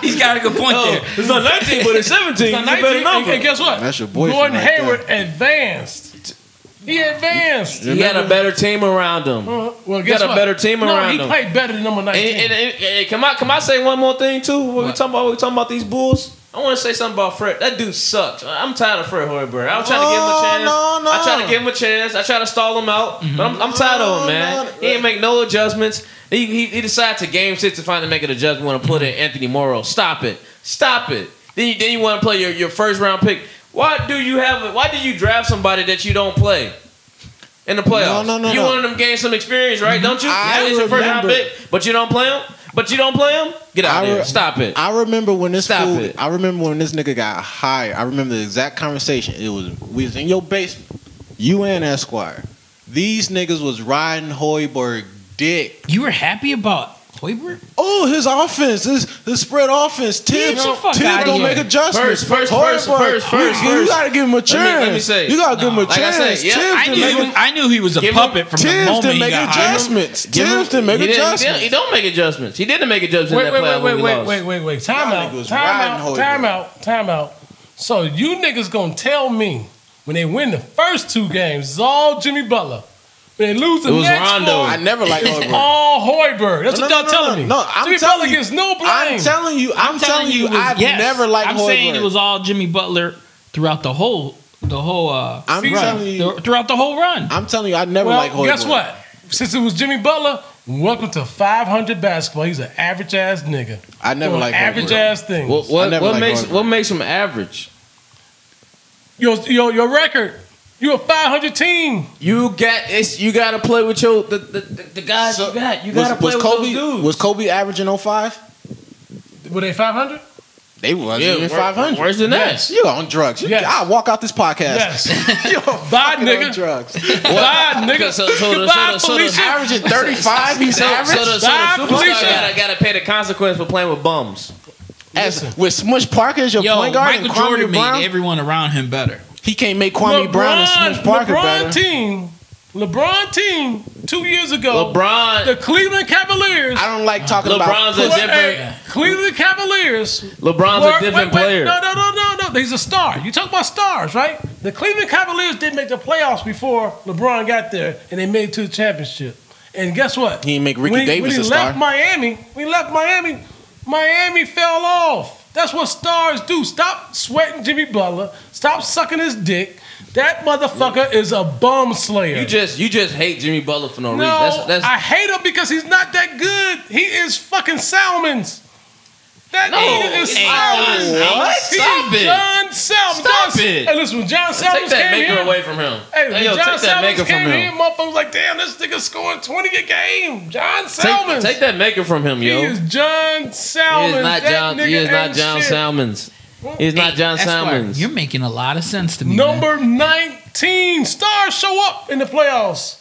He's got a good point
no,
Oh,
there.
it's not nineteen, but it's seventeen.
It's
It's
not
a better
19. And,
number.
and guess what?
That's your boyfriend
Gordon
right
Hayward advanced. He advanced.
He had a better team around him.
Uh, well, guess
got a
what?
better team
no,
around
he
him.
played better than number 19.
And, and, and, and can I can I say one more thing too? What, we talking about? We talking about these Bulls. I want to say something about Fred. That dude sucks. I- I'm tired of Fred Hoiberg. I was trying to give him a
Oh,
chance.
no, no.
I tried to give him a chance. I tried to stall him out, but I'm, I'm tired of him, man.
No, no.
He ain't make no adjustments. He, he, he decided to game six to finally make an adjustment. Want to put in Anthony Morrow? Stop it! Stop it! Then you then you want to play your, your first round pick. Why do you have? a- Why do you draft somebody that you don't play? in the playoffs.
No, no, no,
You
no. Mm-hmm.
wanted them gain some experience, right? Don't you?
I
it's your first round
remember-
pick, but you don't play them. But you don't play them. Get out
I
of
re-
here. Stop it.
I remember when this
Stop
fool,
it.
I remember when this nigga got hired. I remember the exact conversation. It was we was in your basement, you and Esquire. These niggas was riding Hoiberg dick.
You were happy about Hoiberg?
Oh, his offense, his, his spread offense. Tibbs,
the fuck
Tibbs
outta
don't
here.
make adjustments.
First, first, first,
Hoiberg,
first, first,
You, you
first.
gotta give him a chance.
let me say-
you gotta give him a
Like I
chance.
said, yeah,
Tibbs
I
didn't
knew,
make
he was, I knew he was a
Give him-
puppet from the
Tibbs
moment
didn't
he
make
got hired.
adjustments.
Give him-
Tibbs didn't make
he Didn't, he, didn't,
adjustments.
he don't make adjustments. He didn't make adjustments
wait,
in
wait,
that playoff
wait,
when
wait,
we
wait,
lost.
wait, wait, wait. Time
Y'all
out.
niggas
Time
riding
out.
Hoiberg.
Time out. Time out. So you niggas gonna tell me when they win the first two games, it's all Jimmy Butler. When they lose the
It was
next
Rondo.
four,
I never liked
it's
Hoiberg.
all Hoiberg. That's
No,
what
no,
y'all
no,
telling
no,
me.
no. I'm
Jimmy
telling
Butler
you-
gets no blame.
I'm telling you, I'm, telling you,
it was-
I've
yes.
never liked
I'm
Hoiberg.
saying it was all Jimmy Butler throughout the whole the whole uh
I'm
See,
telling you,
th- throughout the whole run.
I'm telling you, I never
well,
liked Hoiberg.
guess what? Since it was Jimmy Butler, welcome to 500 basketball. He's an average ass nigga.
I never
Doing
liked
average
Hoiberg.
ass things.
What,
I
what,
never
what
liked
makes
Hoiberg.
what makes him average?
Your, your your record. You a 500 team.
You got it's you got to play with your the the, the, the guys
So,
you got. You got to play
was
with
Kobe,
those dudes.
Was Kobe averaging 05?
Were they 500?
They wasn't
yeah,
even
wor-
500.
Worse than that.
You on drugs. You,
Yes.
I'll walk out this podcast.
Yes.
You're
Bye,
fucking on
nigga.
drugs.
Bye, nigga.
So- so the- so the-
Goodbye,
so the-
Felicia.
Averaging 35, he's
So,
average.
so the, so the
Bye,
superstar
Felicia.
gotta, gotta pay the consequence for playing with bums.
As- with Smush Parker as your
Yo,
point guard
Michael
and Kwame
Jordan made
Brown,
everyone around him better.
he can't make Kwame Brown and Smush Parker
LeBron
better.
team. LeBron team two years ago.
LeBron
The Cleveland Cavaliers.
I don't like talking about.
LeBron's a
were
different.
Cleveland Cavaliers.
LeBron's
were-
a different
wait,
player.
wait, No, no, no, no, no. He's a star. You talk about stars, right? The Cleveland Cavaliers didn't make the playoffs before LeBron got there, and they made it to the championship. And guess what?
He didn't make Ricky
when he,
Davis
when
a
he
star.
left Miami, we left Miami. Miami fell off. That's what stars do. Stop sweating Jimmy Butler. Stop sucking his dick. That motherfucker is a bum slayer.
You just you just hate Jimmy Butler for no,
no,
reason. That's that's
I hate him because he's not that good. He is fucking Salmons. That
No,
nigga is
he ain't John Salmons. Stop
Salmons. He is
it.
John Salmons.
Stop
John-
it.
Hey, listen, when John
take
Salmons
that
came
maker
here.
away from him.
Hey, when
yo, take
John
that
Salmons
maker
came
from
here,
him.
motherfucker was like, damn, this nigga scoring 20 a game. John
Take,
Salmons.
take that maker from him, yo.
He
He
is John Salmons.
is not
That
John.
nigga
He is not
ain't
John
shit.
Salmons. He is not
Hey,
John
Esquire,
Salmons.
You're making a lot of sense to me. man.
Number 19 stars show up in the playoffs.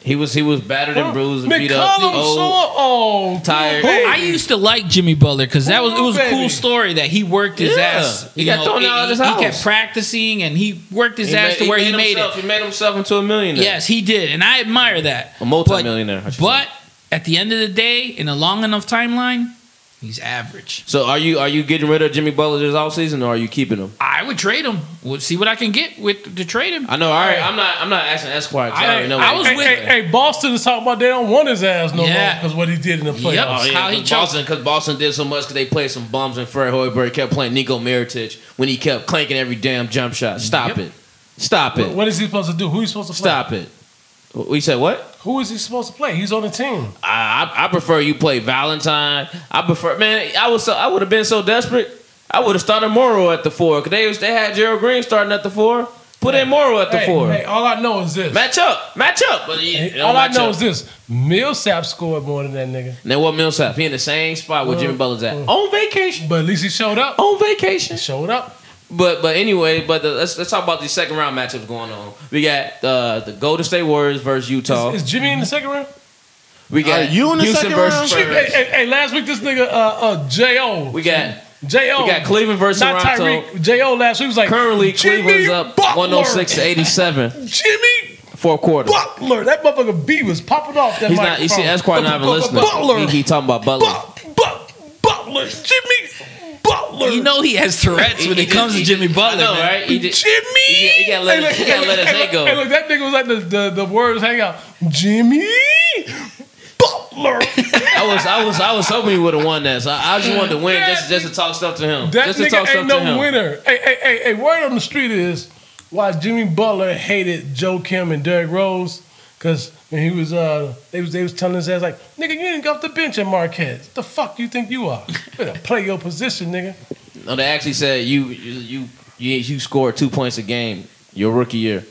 He was he was battered and bruised and
McCollum
beat up.
show
Oh,
up. Oh,
tired.
baby.
I used to like Jimmy Butler because that was it was a
Baby.
cool story that he worked his
Yeah.
ass.
He
you
got thrown
he-
out of his
he
house.
kept practicing and he worked his
he
ass
made-
to where he made,
himself,
it.
He made himself into a millionaire.
Yes, he did, and I admire that.
a multimillionaire. I should
But
say.
at the end of the day, in a long enough timeline, he's average.
so are you are you getting rid of Jimmy Butler this offseason or are you keeping him?
I would trade him. We'll see what I can get with to trade him.
I know. All right, I'm not I'm not asking Esquire. 'cause I, already know
I
what
was
he-
Hey,
with-
hey, hey, Boston is talking about they don't want his ass no
Yeah.
more because what he did in the playoffs.
Yep.
Oh,
How
yeah,
he
because
chose-
Boston, because Boston did so much because they played some bums and Fred Hoiberg kept playing Nico Miritich when he kept clanking every damn jump shot. Stop
Yep.
it. Stop
What,
it.
what is he supposed to do? Who is he supposed to play?
Stop it. We said what?
Who is he supposed to play? He's on the team.
I, I I prefer you play Valentine. I prefer man. I was so, I would have been so desperate. I would have started Morrow at the four because they was- they had Gerald Green starting at the four. Put in Morrow at the
Hey,
four.
hey, all I know is this.
Match up, match up. But he,
Hey,
it don't
all I
match
know
up.
is this. Millsap scored more than that nigga,
now what Millsap? He in the same spot where Jimmy Butler's at
uh.
on vacation.
but at least he showed up.
On vacation.
He showed up.
But but anyway, but the, let's let's talk about these second round matchups going on. We got uh, the Golden State Warriors versus Utah.
Is Jimmy in the second round?
We got
Are you in the
Houston
second
versus
round?
Hey,
Spurs.
hey, hey, last week this nigga uh, uh, Jo.
We got
Jo.
we got Cleveland versus
Oh, Not
Toronto.
Tyreek. Jo. Last week was like
currently
Jimmy
Cleveland's up
Butler.
106 to 87,
Jimmy
fourth quarter.
Butler. That motherfucker B was popping off. That
He's not.
microphone.
You see, that's quite not even listening.
Butler.
He, he talking about Butler.
but, but, Butler. Jimmy Butler.
You know he has Tourette's when
He-
it comes to
he-
Jimmy
I
Butler.
know,
man.
right? He did-
Jimmy.
You gotta- you gotta let it- you gotta let it
hey,
go.
look, hey, look, that nigga was like the, the, the words hang out. Jimmy Butler.
I was, I was, I was hoping he would have won that. So I, I just wanted to win, just, just to talk stuff to him.
That
just to talk
nigga
stuff
ain't
to him.
no winner. Hey, hey, hey, hey, word on the street is why Jimmy Butler hated Joe Kim and Derrick Rose. Cause when he was uh they was they was telling his ass like, nigga, you didn't go off the bench at Marquez. The fuck you think you are? Better play your position, nigga.
No, they actually said you, you, you, you scored two points a game your rookie year,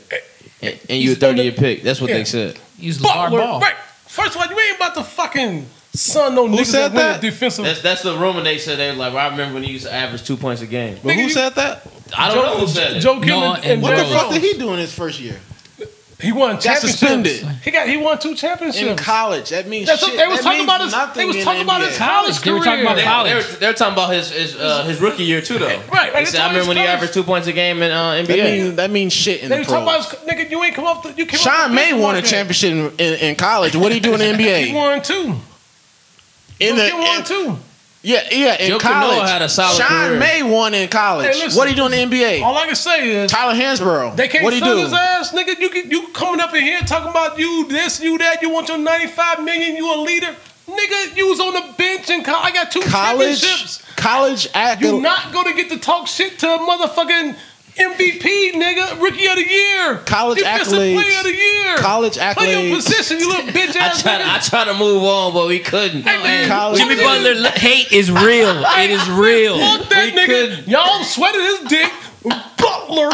and, and you a
He's done
30 year
it.
pick. That's what
Yeah.
they said.
He's LeVar
Butler.
Ball.
Right. First of all, you ain't about to fucking son no niggas
said
that, win
that?
a defensive.
That's that's the rumor they said. They were like, well, I remember when he used to average two points a game.
But
Nigga,
who
you-
said that?
I don't know who said it.
Joe Kim
No,
and,
and
and
What the
Derrick
Bro.
fuck
Rose.
did he do in his first year?
He won championships.
suspended.
He got he won two championships.
In college, that means
That's
shit.
what- they was
That
talking
means
about his- they
nothing
was
in
talking about
NBA.
his
College. They were talking about
Career.
They, they, were,
college.
they were talking about his his, uh, his rookie year too, though.
Right, right,
They
that's
said,
why
I remember
he's
when he
coached.
averaged two points a game in uh, NBA.
That means that means shit in
They
the
was talking about
pros.
his, nigga, you ain't come up. The, you came off
Sean
the
May
bench
won a
one game.
championship in, in, in college. What did he do in the
He
NBA?
won two. Joe
In the
Kim won
in-
two.
yeah yeah in
Joe
college.
Canola had a solid
Sean
career.
May won in college.
Hey, listen.
what did he do in the NBA?
All I can say is
Tyler Hansborough.
they can't
what he
sell
do?
his ass, nigga. You can, you coming up in here talking about you this, you that. You want your ninety five million? You a leader, nigga? You was on the bench and co- I got two
College
championships.
college at
You not gonna get to talk shit to a motherfucking MVP, nigga, rookie of the year,
College
defensive
accolades.
player of the year,
college
play your
accolades.
position, you little bitch
I
ass
tried,
nigga.
I tried to move on, but we couldn't.
Hey, man,
College-
Jimmy
fuck that
Butler le- hate is real. It is real.
nigga. Fuck that
We
nigga.
couldn't.
Y'all sweated his dick. Butler,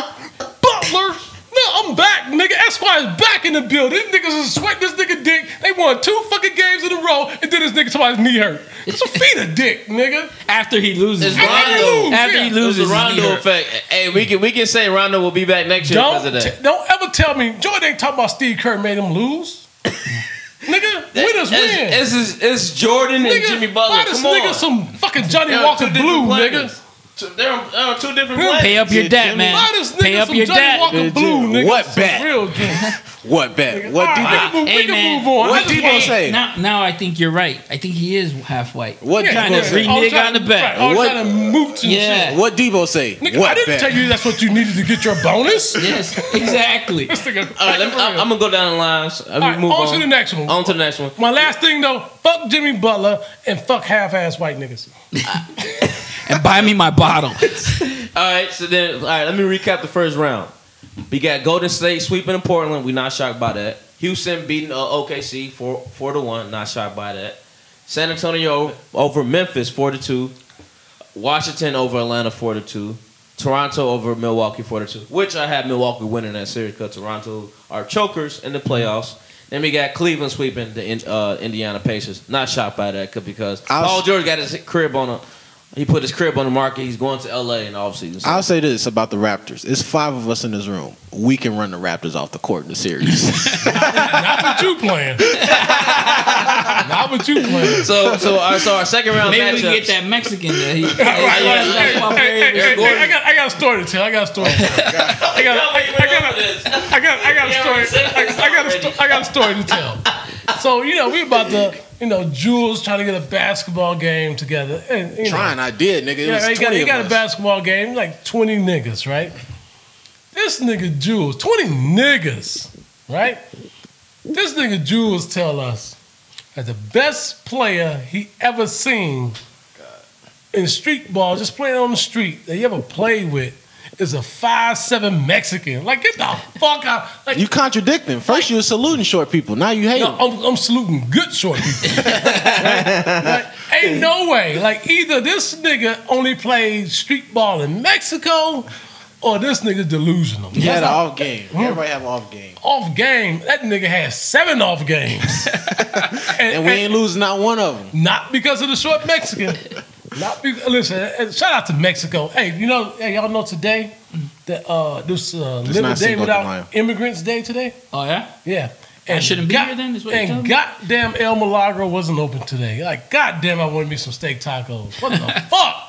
Butler. No, I'm back, nigga. Esquire's back in the building. These niggas is sweating this nigga dick. They won two fucking games in a row, and then this nigga somebody's knee hurt. It's a feet of dick, nigga.
After he
It's
loses,
Rondo.
after he
It
yeah.
was
loses,
the
his
Rondo
knee hurt.
effect. Hey, we can we can say Rondo will be back next year because
Don't
of that.
t- don't ever tell me Jordan ain't talking about Steve Kerr made him lose. nigga, we
It's-
just win.
It's, it's, it's Jordan and
nigga,
Jimmy Butler.
Buy this
Come on.
nigga some fucking Johnny
They're on
Walker
two different
Blue, nigga.
planets. Two- They're on, they're on two different planets.
Pay up your
Did
debt,
Jimmy-
man.
Buy this nigga
Pay up
some
your
Johnny
debt.
Walker
Did
Blue,
you?
nigga.
What
Some
bet?
Real juice.
What bet?
All
What do
right,
they?
we can
Amen.
move on.
What
I just
Debo
want-
say? Hey.
Now, now I think you're right. I think he is half white.
What
Yeah,
Trying
Debo
to
yeah.
say?
renege
All trying
on the
to-
back.
Right, all
What-
trying to mooch and
Yeah.
shit.
What Debo say?
Nigga,
what
I didn't
bet?
tell you that's what you needed to get your bonus.
Yes, exactly.
This nigga-
All right, let me, I, am gonna go down the lines. I'm
All right,
move
on
on, Um,
to the next one.
On to the next one.
My last thing though, fuck Jimmy Butler and fuck half-ass white niggas.
and buy me my bottle.
All right, so then, all right, let me recap the first round. We got Golden State sweeping in Portland. We're not shocked by that. Houston beating uh, OKC four four to one. Not shocked by that. San Antonio over Memphis four to two. Washington over Atlanta four to two. Toronto over Milwaukee four to two. Which I had Milwaukee winning that series because Toronto are chokers in the playoffs. Then we got Cleveland sweeping the in- uh, Indiana Pacers. Not shocked by that 'cause- because
I was-
Paul George got his crib on a. He put his crib on the market. He's going to LA in the offseason. So
I'll say this about the Raptors. It's five of us in this room. We can run the Raptors off the court in the series.
Not what you playing. Not what you playing.
So, so our so our second round
Maybe we
matchup.
can get that Mexican that he.
Right, right. Hey,
That's my
hey, hey,
favorite.
hey, hey, I got I got a story to tell. I got a story. To tell. I got I, I got a, I got I got a story. I, I got a sto- I got a story to tell. So you know we about to you know Jules trying to get a basketball game together and you know,
Trying, I did, nigga. It
Yeah,
was
right, he got,
20
he got a
of us.
basketball game, like 20 niggas, right? This nigga Jules, 20 niggas, right? This nigga Jules tell us that the best player he ever seen in street ball, just playing on the street, that he ever played with, is a five-seven Mexican. Like, get the fuck out. Like,
You contradicting. First you were saluting short people. Now you hate
no, I'm, I'm saluting good short people. Right? Like, ain't no way. Like either this nigga only played street ball in Mexico, or this nigga delusional.
You had
That's
an
off,
off game. Everybody have an off game.
game. That nigga has seven off games, and,
And we
and
ain't losing not one of them.
not because of the short Mexican. Not because, listen, and shout out to Mexico. Hey, you know, hey, y'all know today that uh, this uh,
not
Live a Day
Cinco de
Without
Mayo.
Immigrants Day today.
Oh yeah.
Yeah.
I shouldn't be here then, is what you're telling
and
me?
goddamn El Milagro wasn't open today. Like, goddamn, I wanted me some steak tacos. What the fuck?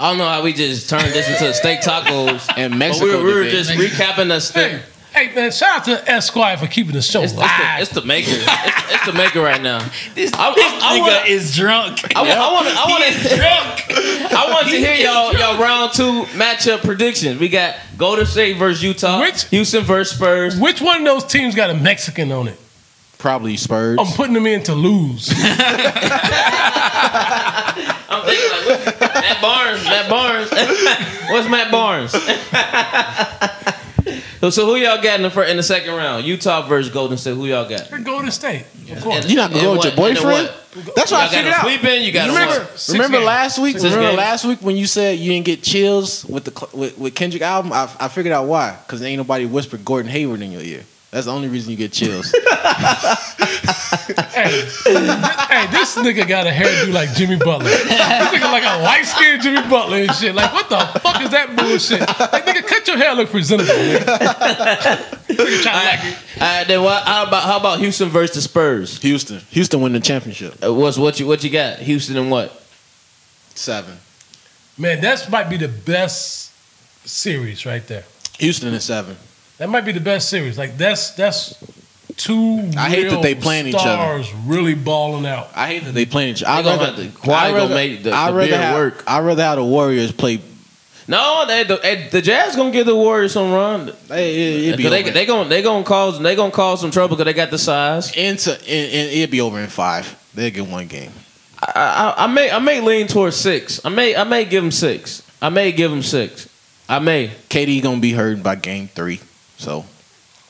I don't know how we just turned this into steak tacos.
And
But
Mexico.
we were, we were
debate.
just recapping the steak.
Hey, hey man, shout out to Esquire for keeping the show
It's, it's, the,
live.
it's the maker. It's, it's the maker right now.
This,
I- I-
this
I
nigga
wanna-
is drunk.
I, want. I want.
He is
to.
drunk.
I want to hear y'all y'all round two matchup predictions. We got Golden State versus Utah.
Which-
Houston versus Spurs.
Which one of those teams got a Mexican on it?
Probably Spurs.
I'm putting them in to lose.
I'm thinking like what- Matt Barnes. Matt Barnes. What's Matt Barnes? so, so who y'all got in the fir- in the second round? Utah versus Golden State. Who y'all got?
Golden State, of course.
And-
you not
and
gonna go with
what-
your
and the
boyfriend?
what?
That's what I
Y'all
figured
got a
out.
sweep in. You got a
Remember-
what?
Six
Remember
games.
last week?
Six
remember
games.
last week when you said you didn't get chills with the cl- with, with Kendrick album? I, I figured out why. Because ain't nobody whispered Gordon Hayward in your ear. That's the only reason you get chills.
Hey, th- hey, this nigga got a hairdo like Jimmy Butler. This nigga like a light skinned Jimmy Butler and shit. Like, what the fuck is that bullshit? Like, nigga, cut your hair, look presentable. Nigga. nigga trying to like,
All right, Uh, then what, how about how about Houston versus the Spurs?
Houston. Houston win the championship.
Uh, What's what you what you got? Houston and what?
Seven.
man, that might be the best series right there.
Houston is seven.
That might be the best series. Like, that's that's two.
I hate that
real
they playing each other.
Stars really balling out.
I hate that they playing each I'd
gonna
rather,
have to- Kawhi
I'd
gonna
rather-
make the-
I'd
the
rather
beard
have,
work.
I'd rather have the Warriors play.
No, they, the, eh, the Jazz gonna give the Warriors some run.
They, it'd be
'Cause They,
over.
they gonna they gonna cause they gonna cause some trouble because they got the size.
into, in, in, it'd be over in five. They'll get one game.
I, I, I may I may lean towards six. I may I may give them six. I may give them six. I may
KD gonna be hurt by game three. So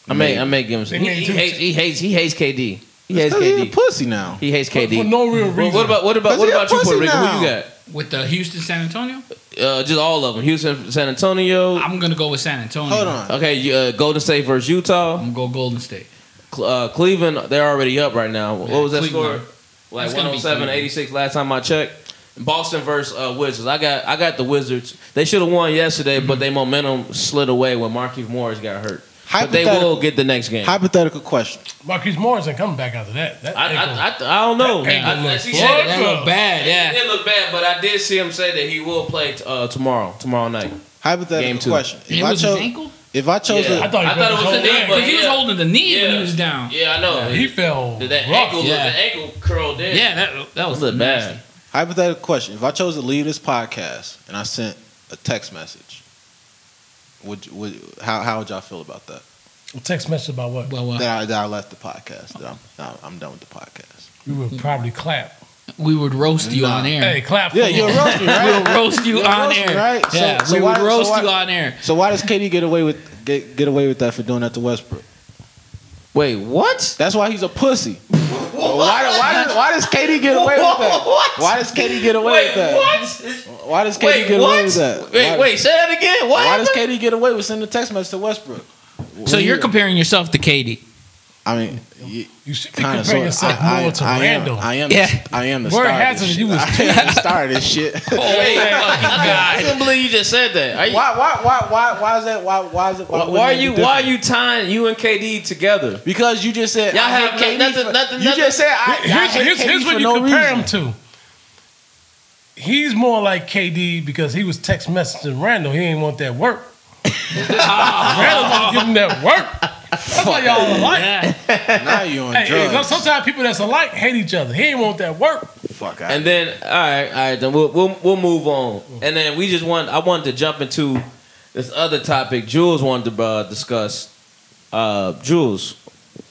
I may I may give him
They
six. He,
may
he
do-
hates, he hates he hates KD. He hates
Oh, he a
KD.
pussy now.
He hates
For
KD.
no real reason.
What about what about
Cause
what
he a
about you,
pussy
Puerto Rico? Who
now.
you got?
With the Houston San Antonio,
Uh, just all of them. Houston, San Antonio.
I'm gonna go with San Antonio.
Hold on.
Okay, you, uh, Golden State versus Utah.
I'm gonna go Golden State.
Cl- uh, Cleveland, they're already up right now. What
Yeah,
was that
Cleveland.
score? Like
It's gonna be
107
Cleveland.
86 last time I checked. Boston versus uh, Wizards. I got I got the Wizards. They should have won yesterday, but their momentum slid away when Marquise Morris got hurt. But they
Hypothetical-
will get the next game. I,
Hypothetical question.
Marquise Morris ain't coming back after that. That
I,
ain't gonna-
I, I don't know.
That ain't
I-
gonna
I-
look
she
good.
said it-
That look bad,
It
yeah.
did look bad, but I did see him say that he will play t- uh, tomorrow, tomorrow night.
Hypothetical
Game two.
question. If
It
I,
was his
chose,
ankle Oh,
if I chose,
Yeah.
a-
I thought he
I thought it was
broke
the
his whole
knee,
leg.
but
because he was
yeah.
holding the knee when
Yeah.
he was down. Yeah,
Yeah, I know.
He fell.
Did that
rough.
ankle,
yeah.
the ankle curled in.
that that
that
was
looked
nasty.
bad.
hypothetical question. If I chose to leave this podcast and I sent a text message, would, would how, how would y'all feel about that?
Text message about what?
Well, uh,
That I, that I left the podcast. That I'm, I'm- I'm done with the podcast.
We would probably clap.
we would roast you
Nah.
on air.
Hey, clap.
Yeah,
for
you're
him.
roasting,
We'll
right?
roast you
You'll
on
roast me,
air.
right? So-
yeah,
so
we
why-
would
so
roast
why-
you on air.
so why does Katie get away with get, get away with that for doing that to Westbrook?
Wait, what?
That's why he's a pussy. Why, why, does, why does Katie get away with that?
What?
Why does Katie get away
Wait,
with that?
what?
Why does Katie
Wait,
get away
what?
with that?
Wait,
why,
wait, say that again. What?
Why does
happened?
Katie get away with sending a text message to Westbrook?
So
When
you're
you-
comparing yourself to Katie.
I mean, you
You should be
kind
comparing
of sort
yourself more to
I
Randall.
Am, I am.
Yeah.
The, I am the
Word
star. of
has
this
it,
shit.
you was
I am the star of this shit.
Oh, wait, oh, I, I couldn't believe you just said that. Are you, why,
why? Why? Why? Why? Why is that? Why? Why is it? Why,
why,
wouldn't
are
it be
you? Why are
different?
you tying you and KD together?
Because you just said
Y'all
I hate
have
Katie
nothing-
for-
nothing-
You
nothing-
just said I, I
Here's,
hate
here's,
Katie
here's
for
what you
no
compare
reason.
him to. He's more like KD because he was text messaging Randall. He didn't want that work. Randall was giving him that work. That's why y'all alike.
Yeah.
Now you on
Hey, hey,
drugs?
sometimes people that's alike hate each other. He didn't want that work.
Fuck. I-
And then, all right, all right, then we'll we'll, we'll move on. And then we just want I wanted to jump into this other topic. Jules wanted to uh, discuss. Uh, Jules,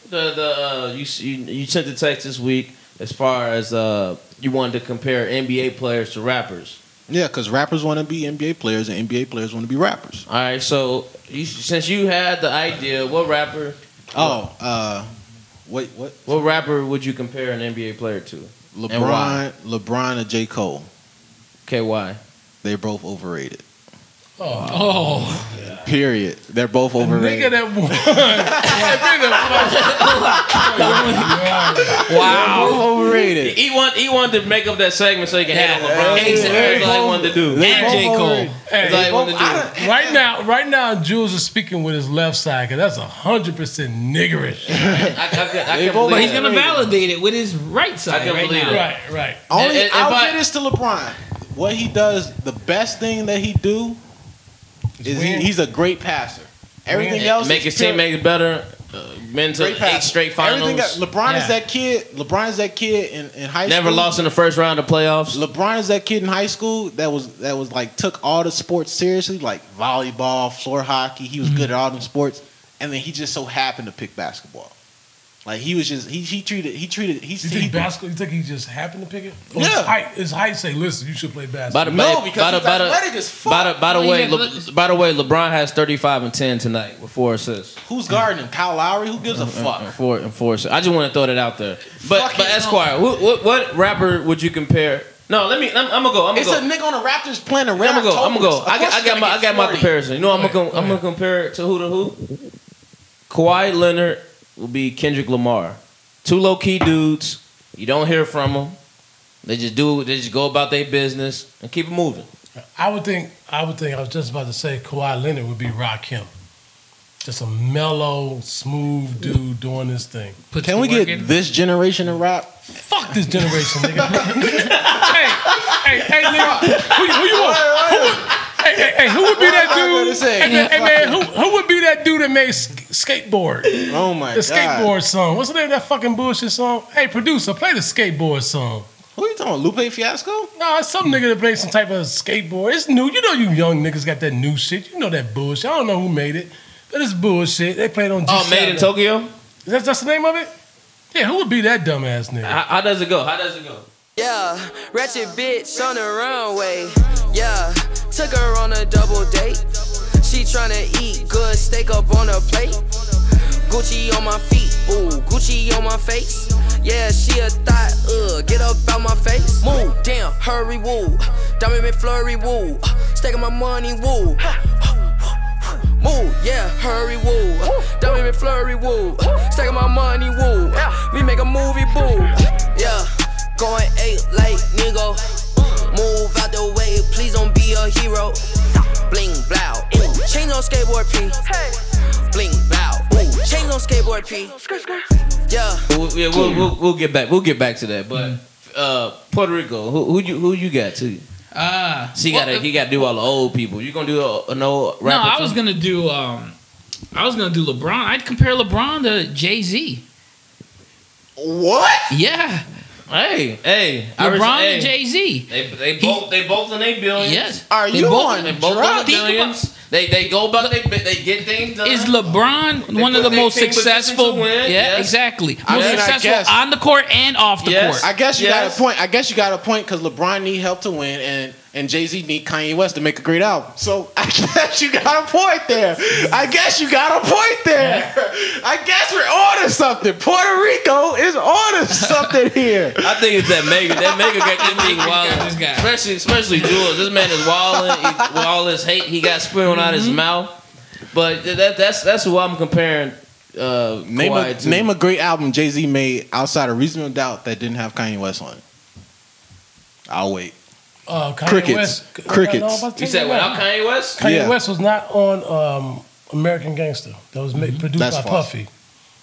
the the uh, you, you you sent the text this week as far as uh, you wanted to compare NBA players to rappers.
Yeah, because rappers want to be NBA players and NBA players want to be rappers.
All right, so you, since you had the idea, what rapper,
Oh, uh, wait, what?
what rapper would you compare an NBA player to? why?
LeBron, LeBron and J. Cole,
Okay, why?
they're both overrated.
Oh,
Oh,
Period. They're both
Nigga
overrated.
that won. that won.
Wow.
Both overrated.
He want he wanted to make up that segment so he can handle
Yeah.
LeBron.
Exactly.
That's all he wanted to do.
And J. Cole.
That's all
Hey,
he wanted to do.
right now, right now, Jules is speaking with his left side because that's hundred percent niggerish.
I, I, I,
They
can
both-
believe
But he's
it.
gonna validate it with his right side
can
right
believe
now.
it.
Right, right.
Only
If- if
I'll
I-
give this to LeBron. What he does, the best thing that he do is he,
win.
he's a great passer. Everything
Win.
else
make
is
his
pure-
teammates better. Uh, been to
great passer.
eight straight
Everything
finals.
else- LeBron
Yeah.
is that kid. LeBron is that kid in, in high
Never
school.
lost in the first round of playoffs.
LeBron is that kid in high school that was that was like took all the sports seriously, like volleyball, floor hockey. He was
Mm-hmm.
good at all them sports, and then he just so happened to pick basketball. Like he was just he he treated he treated he,
You
he,
think basketball? You think he just happened to pick it? Or
Yeah.
His height, his height say, listen, you should play
By
basketball.
the,
no
by,
because
by, the,
he's
by,
athletic
the,
as fuck.
by the by the
Well,
way,
he's
Le,
athletic.
by the way, LeBron has thirty five and ten tonight with four assists.
Who's guarding him? Kyle Lowry? Who
Uh,
gives a fuck?
And four and four. assists. I just want to throw that out there. But
Fuck
but
it, no.
Esquire, what, what what rapper would you compare? No, let me. I'm, I'm gonna go. I'm gonna
It's
go.
a nigga on the Raptors playing a
I'm
rap.
gonna go. I'm gonna go. I, got- I got my I got my
comparison.
comparison. You know, I'm gonna
Go
com-
ahead,
I'm
go
gonna compare it to who to who. Kawhi Leonard will be Kendrick Lamar. Two low key dudes. You don't hear from them. They just do. They just go about their business and keep it moving.
I would think. I would think. I was just about to say Kawhi Leonard would be Rakim. Just a mellow, smooth dude doing this thing.
Puts
Can
the
we
work
get
in.
this generation to rap?
Fuck this generation, nigga. hey, hey, hey, nigga. Who, who you want? Hey, hey, hey, who would be that
What am I gonna
dude?
say?
Hey, man, hey, man, who, who would be that dude that made sk- skateboard? The
Oh my god!
skateboard song. What's the name of that fucking bullshit song? Hey, producer, play the skateboard song.
Who are you talking about? Lupe Fiasco?
Nah, it's some nigga that played some type of skateboard. It's new. You know, you young niggas got that new shit. You know that bullshit. I don't know who made it, but it's bullshit. They played on.
Oh, made in
G-Shock.
Tokyo.
That's that's the name of it. Yeah, who would be that dumbass nigga?
How, how does it go? How does it go?
Yeah, ratchet bitch on the runway. Yeah, took her on a double date. She tryna eat good steak up on a plate. Gucci on my feet, ooh, Gucci on my face. Yeah, she a thought, uh, get up out my face. Move, damn, hurry, woo. Diamond McFlurry, woo. Staking my money, woo. Move, yeah, hurry, woo. Diamond McFlurry, woo. Stacking my money, woo. Me make a movie, boo. Yeah, going eight like nigga. Move out the way, please don't be a hero. Bling, blow, ooh. Change on skateboard, P. Bling, blow, ooh. Change on skateboard, P. Yeah.
We'll, yeah, we'll, we'll, we'll get back. We'll get back to that. But
Mm-hmm.
uh, Puerto Rico, who, who you who you got too?
Ah,
So you
well,
gotta you gotta do all the old people. You gonna do a, an old
No,
rapper?
I
too?
was gonna do. Um, I was gonna do LeBron. I'd compare LeBron to Jay Z.
What?
Yeah,
Hey, hey, I res-
LeBron
hey.
and Jay Z.
They, they both they both in their billions.
Yes.
Are
They
you
both-
on
They both in their
drugs?
Think about-
billions. They they go about they they get things done.
Is LeBron
They
one
put
of the
their
most
team position
successful?
to win,
yeah,
yes.
exactly. Most
I mean, I guess.
successful on the court and off the
Yes.
court.
I guess you
Yes.
got a point. I guess you got a point because LeBron need help to win, and and Jay Z need Kanye West to make a great album. So I guess you got a point there. I guess you got a point there. I guess we're on to something. Puerto Rico is on to something here.
I think it's that Megan. That Megan got this nigga
got this
wild.
guy.
Especially especially Jules. This man is wilding he, with all his hate. He got spewing out his mouth. But that that's that's who I'm comparing. Uh,
Name
Kawhi
a,
to.
name a great album Jay Z made outside of Reasonable Doubt that didn't have Kanye West on it. I'll wait.
Uh, Kanye
Crickets.
West.
Crickets.
I was about to
You
tell
said
that.
without Kanye West?
Kanye
Yeah.
West was not on um, American Gangster. That was made, produced
Mm-hmm. That's
by
false.
Puffy.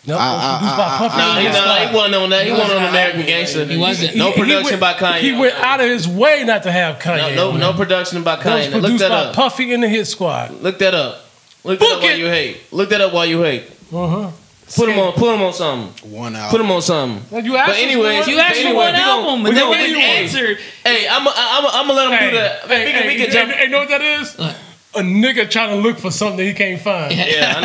No, it
I-
was
I-
produced
I-
by
I-
Puffy.
No, he,
and
no,
Sly.
he wasn't on that. He, wasn't on American Gangster.
He wasn't.
No
He- he
production
went-
by Kanye.
He went out of his way not to have
No,
Kanye.
no,
on
no
it.
production by
That was
Kanye. Look
produced
that
by
up.
Puffy and the Hit Squad.
Look that up. Look that
Book
up while
it.
you hate. Look that up while you hate.
Uh huh.
Put him on. Put him on something.
One
Put
album.
him on something.
You asked
But
us
anyways,
for
You
one-
asked
Anyway,
for one
we gon-
album
we
and
gon-
then
we
didn't
gon-
answer.
Hey, I'm. a- I'm. a- I'm gonna let him do that.
Hey,
we can, we
hey,
can jump.
hey, you know what that is? A nigga trying to look for something he can't find.
yeah, I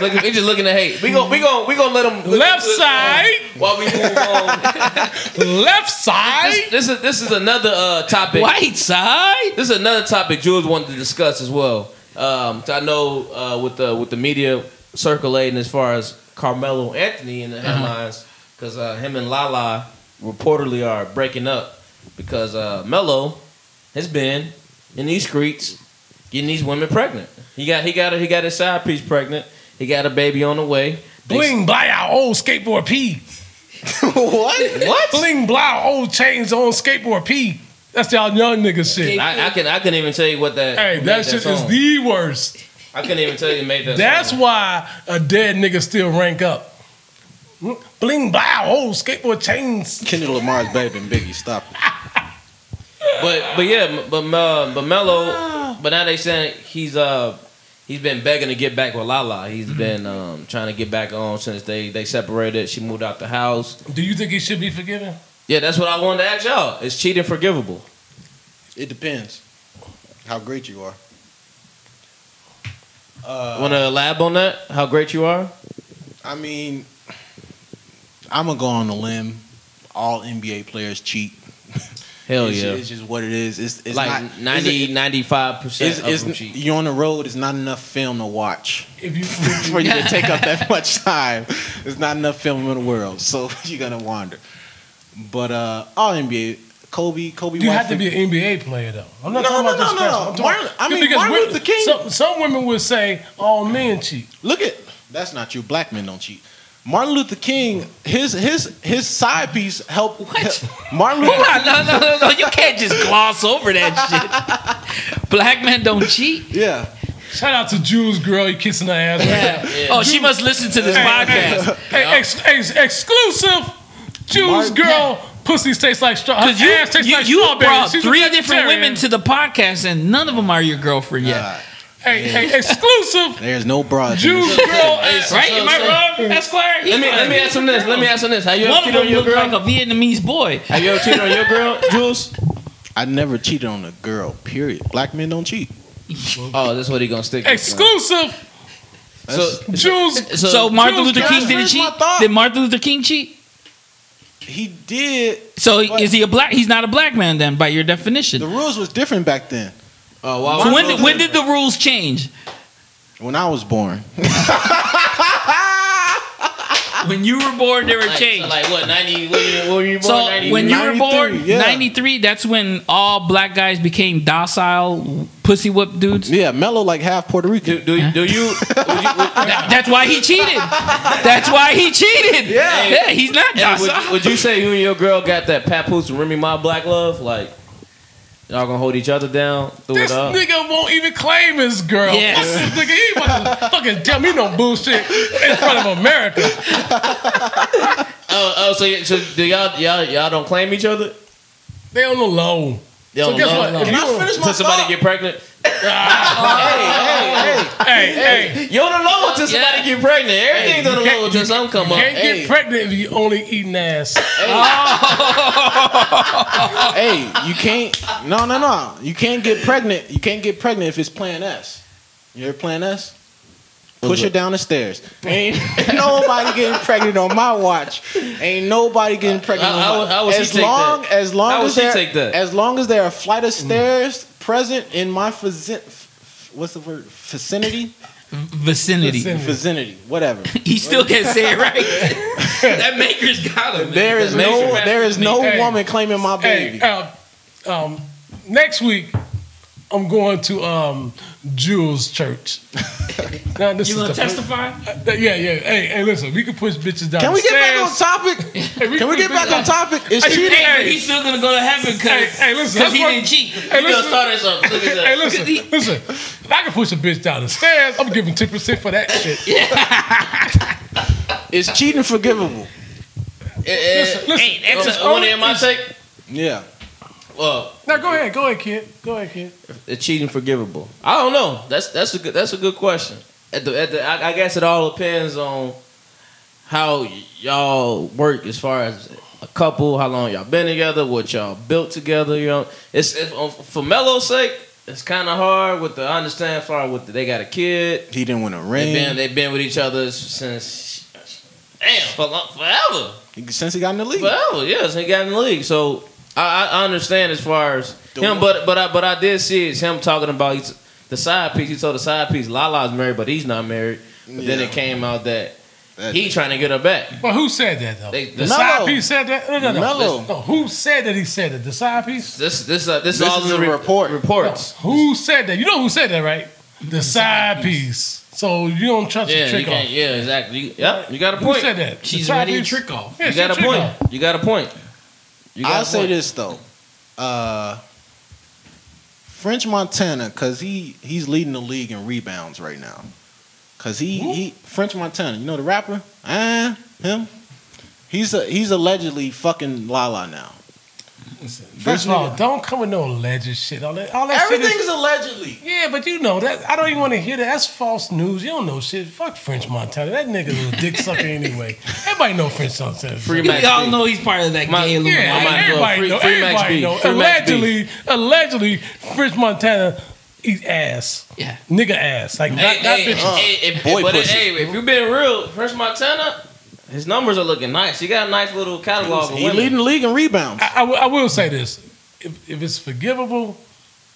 know. Look, we just looking at hate. We gon' We gon' We gonna let him. look
Left
into it,
side.
um, While we move on.
Left side.
This, this is. This is another uh, topic.
White side.
This is another topic Jules wanted to discuss as well. Um, so I know uh, with the with the media circulating as far as Carmelo Anthony in the
Uh-huh.
headlines because uh, him and Lala reportedly are breaking up because uh, Melo has been in these streets getting these women pregnant. He got he got a, he got his side piece pregnant. He got a baby on the way. They-
Bling blah our old skateboard P.
what?
What?
Bling blah old chains on skateboard P. That's y'all young nigga shit.
I, I can I couldn't even tell you what that.
Hey,
made
that shit is
song.
the worst.
I couldn't even tell you who made that.
That's
song.
why a dead nigga still rank up. Bling blah old skateboard chains.
Kendrick Lamar's better than Biggie. Stop it.
But but yeah, but uh, but Mello, but now they saying he's uh he's been begging to get back with Lala. He's
Mm-hmm.
been um trying to get back on since they they separated. She moved out the house.
Do you think he should be forgiven?
Yeah, that's what I wanted to ask y'all. Is cheating forgivable?
It depends how great you are. Uh,
Want to lab on that? How great you are?
I mean, I'm gonna go on a limb. All NBA players cheat.
Hell
it's,
yeah.
it's just what it is. It's, it's
like
not,
90, 95%
It's,
of
it's,
them
it's,
cheat.
you're on the road. It's not enough film to watch
If you,
for you to take up that much time. It's not enough film in the world, so you're gonna wander. But uh, all NBA, Kobe, Kobe.
you have to
Whitefield-
be an NBA player though. I'm not
No,
talking
no,
about
no,
just
no,
basketball. I'm
no.
talking-
Martin- I mean,
because
Martin
women-
Luther King-
Some, some women would say all men cheat.
Look at that's not true. Black men don't cheat. Martin Luther King, his his his side piece helped. Martin Luther.
Hold on, no, no, no, no. You can't just gloss over that shit. Black men don't cheat.
Yeah,
Shout out to Jules, girl, you kissing her ass.
Yeah. Oh, she must listen to this podcast.
Hey, ex- ex- exclusive Jules,
Martin-
girl, pussy tastes like straw. Her
Because you,
ass Uh, tastes
you,
like
you
strawberries.
brought
She's a
three different
vegetarian.
women to the podcast, and none of them are your girlfriend yet.
Uh,
Hey, hey, exclusive
there's no broad.
Jules, girl, ass.
right? Am I wrong, Esquire?
Let me let me ask him this. Let me ask him this. Have you ever
One of
cheated on
them
your
looked
girl?
like a Vietnamese boy.
Have you ever cheated on your girl, Jules?
I never cheated on a girl. Period. Black men don't cheat.
Oh, that's what he gonna stick. with, man.
exclusive
So,
Jules.
so,
so Martin
Jules,
Luther
guys,
King didn't
finish my
cheat.
thought.
Did Martin Luther King cheat?
He did.
So
What?
is he a black? He's not a black man then, by your definition.
The rules was different back then.
oh, wow.
so when did, when did the rules change?
When I was born,
When you were born, they were
like,
changed.
So like what? Ninety? When you, when you born?
So
90,
when you were
93,
born,
yeah.
ninety three, that's when all black guys became docile, pussy whip dudes.
yeah, Mello like half Puerto Rican.
do do you, do you, would you would,
That- that's why he cheated. That's why he cheated. Yeah, he's not
hey, would,
docile.
would you say you and your girl got that papoose and Remy Ma black love? Like y'all gonna hold each other down, through
This
it up.
nigga won't even claim his girl.
Yeah.
Fuck this nigga, he ain't about to fucking tell me no bullshit in front of America.
Oh, oh, so, y- so do y'all y'all y'all don't claim each other?
They on the low.
They
So
don't
guess
love-
what? If
Can
you-
I finish my Till somebody
thought?
get pregnant.
Hey, hey,
You don't know until somebody get pregnant. Everything's on the
can't-
low until something come up.
can't
hey.
get pregnant if you only eating ass.
hey, you can't. No, no, no. You can't get pregnant. You can't get pregnant if it's Plan S. You ever Plan S? Push her down the stairs. Ain't nobody getting pregnant on my watch. Ain't nobody getting pregnant.
How-
on
how-
my,
how would she
as
take
long
that?
as long
How would
as
she
there
take that? Mm.
as long as there are flight of stairs present in my vicinity. What's the word? Vicinity.
Vicinity.
Vicinity. Whatever.
He still can't say it right. that maker's got him.
There is no. There is no
Hey.
woman claiming my
Hey,
baby.
uh, um, next week I'm going to um, Jules Church. now, this is
You gonna
the-
testify?
Yeah, yeah. Hey, hey, listen, we can push bitches down.
Can we
the
get back on
stairs.
topic?
Hey,
Can we get back on topic? It's
Hey,
cheating.
Hey, but he's still gonna go to heaven
Hey,
because
hey, listen, that's
he
what-
didn't cheat.
Hey,
You done
listen,
started something. Look at that.
Hey, listen, listen. If I can push a bitch down the stairs, I'm giving ten percent for that shit.
Is cheating forgivable?
Eh,
Listen, listen.
Hey, that's
That's
a-
um, one in my take.
Yeah.
Well,
Now go ahead, go ahead, kid. Go ahead, kid.
is cheating forgivable? I don't know. That's that's a good that's a good question. At the, at the, I, I guess it all depends on how y- y'all work as far as a couple, how long y'all been together, what y'all built together. You know, it's, it's um, for Melo's sake. It's kind of hard with the I understand far with the, they got a kid.
He didn't win a
They've
ring
been they've been with each other since damn for long, forever,
since he got in the league.
forever. Yes, he got in the league. So I, I understand as far as
The
him,
one-
but but I but I did see it's him talking about he's, the side piece. He told the side piece Lala's married, but he's not married. But then
Yeah.
it came out that He trying to get her back.
But who said that though?
They-
the
Mello.
side piece said that. No, no, no.
Mello.
No, who said that? He said that. The side piece.
This this uh, this,
This
all
is
in
a
the re-
report.
Reports.
Who said that? You know who said that, right? The, side, piece. So you don't trust
Yeah,
the
you
trick off.
can't, yeah, exactly. You, yep, you got a
Who
point.
said that? The
She's
side
ready to
piece?
trick off.
Yeah,
You
she
got a
trick
point.
off.
You got a point. You got
I'll
a
say
point.
this though, uh, French Montana, cause he he's leading the league in rebounds right now. Cause he, he French Montana, you know the rapper, ah, him. He's a, he's allegedly fucking Lala now.
Listen, First of all, don't come with no alleged shit. All that, all that shit is-
Everything's allegedly.
Yeah, but you know that I don't even want to hear that. That's false news. You don't know shit. Fuck French Montana. That nigga was a dick sucker anyway. Everybody know French Montana.
Free Max
We all
B.
know he's part of that
My-
gay Illuminati.
I
yeah,
might as well.
everybody
Free-
know.
free Max
everybody
B.
know.
Free Max B.
allegedly, allegedly, French Montana eat ass.
Yeah.
Nigga ass. Like
Hey,
not, not
hey,
bitches.
hey, if,
Uh, Boy
but
pussy.
hey, if you been real, Prince Montana, his numbers are looking nice. He got a nice little catalog of
He
women.
leading the league in rebounds.
I, I will- I will say this: if, if it's forgivable,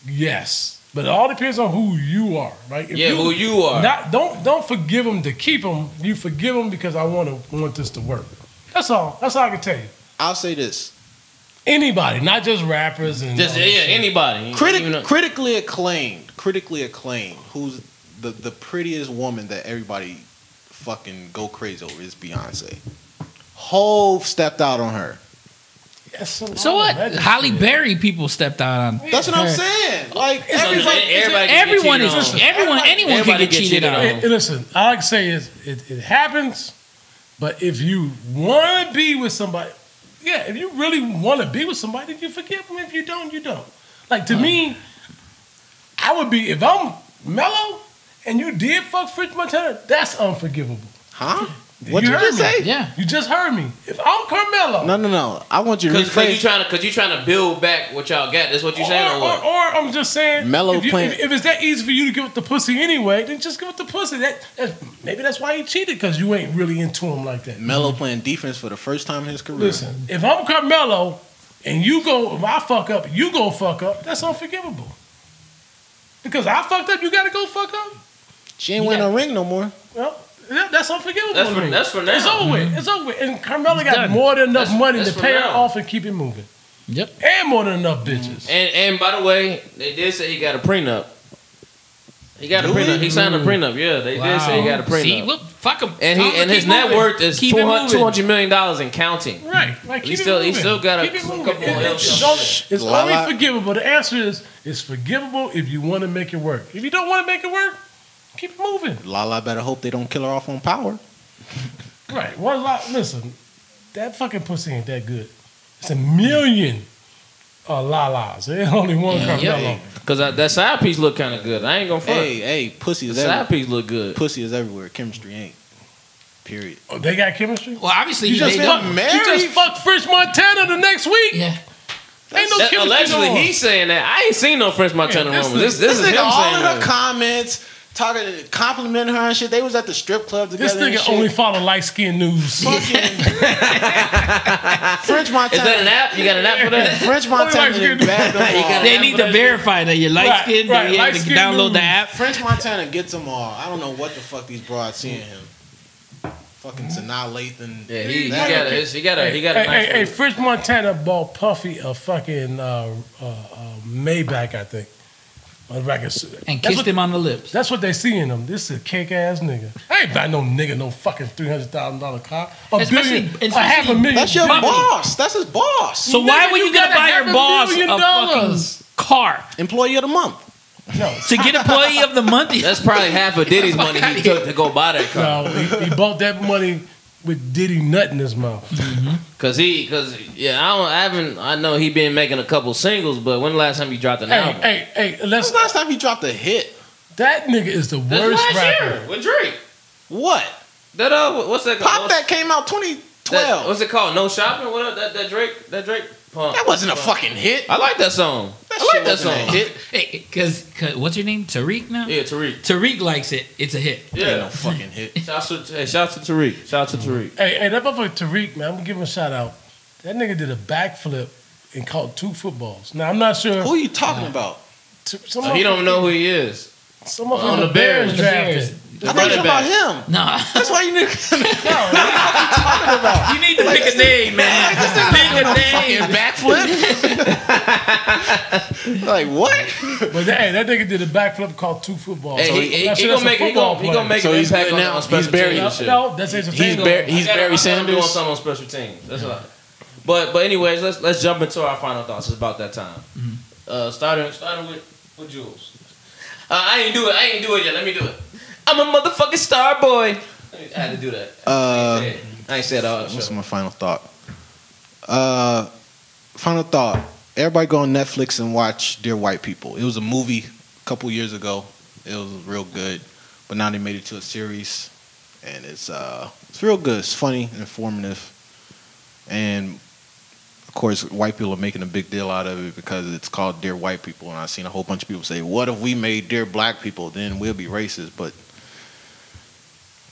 yes. But it all depends on who you are, right? If
yeah, who you are.
Not don't don't forgive them to keep them. You forgive them because I want to want this to work. That's all. That's all I can tell you.
I'll say this:
Anybody, not just rappers and
Just
all
yeah,
that shit.
anybody. Even
Critic,
a-
critically acclaimed, critically acclaimed. Who's the, the prettiest woman that everybody fucking go crazy over is Beyonce. Hove stepped out on her.
That's a lot
So
of
what?
legend
Holly
shit.
Berry people stepped out on.
That's what I'm saying. Like
It's under-
everybody,
everybody can get
Everyone is
cheated on.
everyone. Anyone can
Everybody
get
get
cheated
cheated
on.
on.
And- and listen, all I can say is it, it happens. But if you want to be with somebody, yeah, if you really want to be with somebody, then you forgive them. If you don't, you don't. Like to
Uh-huh.
me, I would be if I'm mellow and you did fuck French Montana, that's unforgivable.
huh? What you,
heard
just
me.
say?
Yeah.
You just heard me. If I'm Carmelo,
No, no, no. I want you to
Cause, cause you
rephrase.
trying to, cause you trying to build back what y'all got. That's what you
or,
saying, or
or,
what?
or I'm just saying,
Mellow
if, you-
plant.
if- if it's that easy for you to give up the pussy anyway, then just give up the pussy. That that's, maybe that's why he cheated because you ain't really into him like that.
Melo playing defense for the first time in his career.
Listen, if I'm Carmelo and you go, if I fuck up, you go fuck up. That's unforgivable. Because I fucked up, you gotta go fuck up.
she ain't winning
Yeah.
a ring no more.
Well, that- that's unforgivable.
That's
to
for-
me.
that's for now.
It's over. with. It's over. with. And Carmelo got
done.
more than enough
That's-
money
that's
to
for
pay her
now.
off and keep it moving,
Yep.
and more than enough bitches.
And and by the way, they did say he got a prenup. He got a
Do
prenup.
he?
He signed a prenup. Yeah, they did say he got a prenup.
See, look, fuck him.
and he and his net worth is
Keep it
200
moving.
200 million dollars in counting.
Right, right. Keep
He
it
still- he
moving.
still got a
keep it
couple
moving.
more
It-
L's.
it's only- it's
La- la-
only forgivable. The answer is it's forgivable if you want to make it work. If you don't want to make it work, keep it moving.
Lala better hope they don't kill her off on power.
Right. One lot. Listen, that fucking pussy ain't that good. It's a million uh, lalas. There's only one Carmelo.
Cause I, that side piece look kind of good. I ain't gonna front.
Hey, hey, pussy
the
is
side
everywhere.
piece look good.
Pussy is everywhere. Chemistry ain't. Period.
Oh, they got chemistry.
Well, obviously
You
he
just
they
fucked.
don't.
fuck-
You
married?
just fucked French Montana the next week.
Yeah.
Ain't no
That-
chemistry.
allegedly,
going.
he's saying that. I ain't seen no French Montana
Yeah, this
rumors. This,
nigga-
this,
This
is him
nigga all
saying
in her
that.
comments, talking, complimenting her and shit. They was at the strip club
This
together.
nigga only follow light skin news.
fucking French
Is that an
Montana.
app? You got an app for that?
French Montana
Only
done
light-skinned
bagged them
You got
all.
it.
They need to verify that you're light skinned.
right,
They have to
light-skinned
download the
dudes.
app.
French Montana gets them all. I don't know what the fuck these broads seeing him. Fucking Sanaa Lathan.
Yeah, he, he
That-
got a he got a he got a
Hey, hey, hey,
nice.
French Montana bought Puffy a fucking uh, uh, uh, Maybach, I think. A record suit.
And
That's
kissed
what-
him on the lips.
That's what they see in him. This is a cake ass nigga. I ain't buy no nigga no fucking three hundred thousand dollar car. A
Especially-
billion, a
especially-
half a million.
That's your
billion.
boss. That's his boss.
So why
Nigga,
would
you
you, gonna
gotta
buy
have
your
a
boss a
million
fucking
dollars.
car
Employee of the month.
No,
to get employee of the month?
That's probably half of Diddy's money he took to go buy that car.
no. He, he bought that money with Diddy nut in his mouth.
Cause he, cause yeah, I don't, I haven't, I know he been making a couple singles, but when the last time he dropped an
hey,
album?
hey, hey,
That's
let's.
the last time he dropped a hit.
That nigga is the
That's last
worst rapper.
year with Drake.
What?
That uh, what's that?
Pop
called?
that came out 2012.
what's it called? No shopping. What up? That, that Drake, that Drake punk.
That wasn't a fucking hit.
I like that song.
That
I
shit
like that
wasn't a
song.
hit.
Because what's your name? Tariq now.
Yeah, Tariq.
Tariq likes it. It's a hit.
Ain't no
Yeah.
fucking hit.
Shout out to hey, shout out to Tariq. Shout out to Tariq.
Hey, hey, that motherfucker Tariq, man, I'm gonna give him a shout out. That nigga did a backflip and caught two footballs. Now I'm not sure.
Who you talking about?
T- some
Oh, he
motherfucker-
don't know who he is.
Some
on
motherfucker
the
the Bears,
Bears.
drafted.
I thought you were talking
running back.
about him.
Nah.
That's why you knew.
You need to pick a name, man. Pick a name.
backflip. like what?
But hey, that nigga did a backflip called two footballs.
Hey,
Oh, So
he, he,
that
he
shit,
gonna
that's a
make he
football
gonna, he gonna
player.
make
So
an
he's
impact
good
on,
now.
on special
He's
teams.
buried.
No,
and shit.
no, that's his
He's
thing.
Bar- he's
I gotta- I'm
Barry
gonna do
Sanders.
something on special teams. That's all. But but anyways, let's let's jump into our final thoughts. It's about that time. Uh, starting starting with with Jules. Uh, I ain't do it. I ain't do it yet. Let me do it. I'm a motherfucking star boy. I had to do that. I
Uh,
ain't said- I ain't said all. that
What's
shit.
my final thought? Uh, final thought. Everybody go on Netflix and watch Dear White People. It was a movie a couple years ago. It was real good, but now they made it to a series, and it's uh, it's real good. It's funny, informative, and of course, white people are making a big deal out of it because it's called Dear White People, and I've seen a whole bunch of people say, "What if we made Dear Black People? Then we'll be racist." But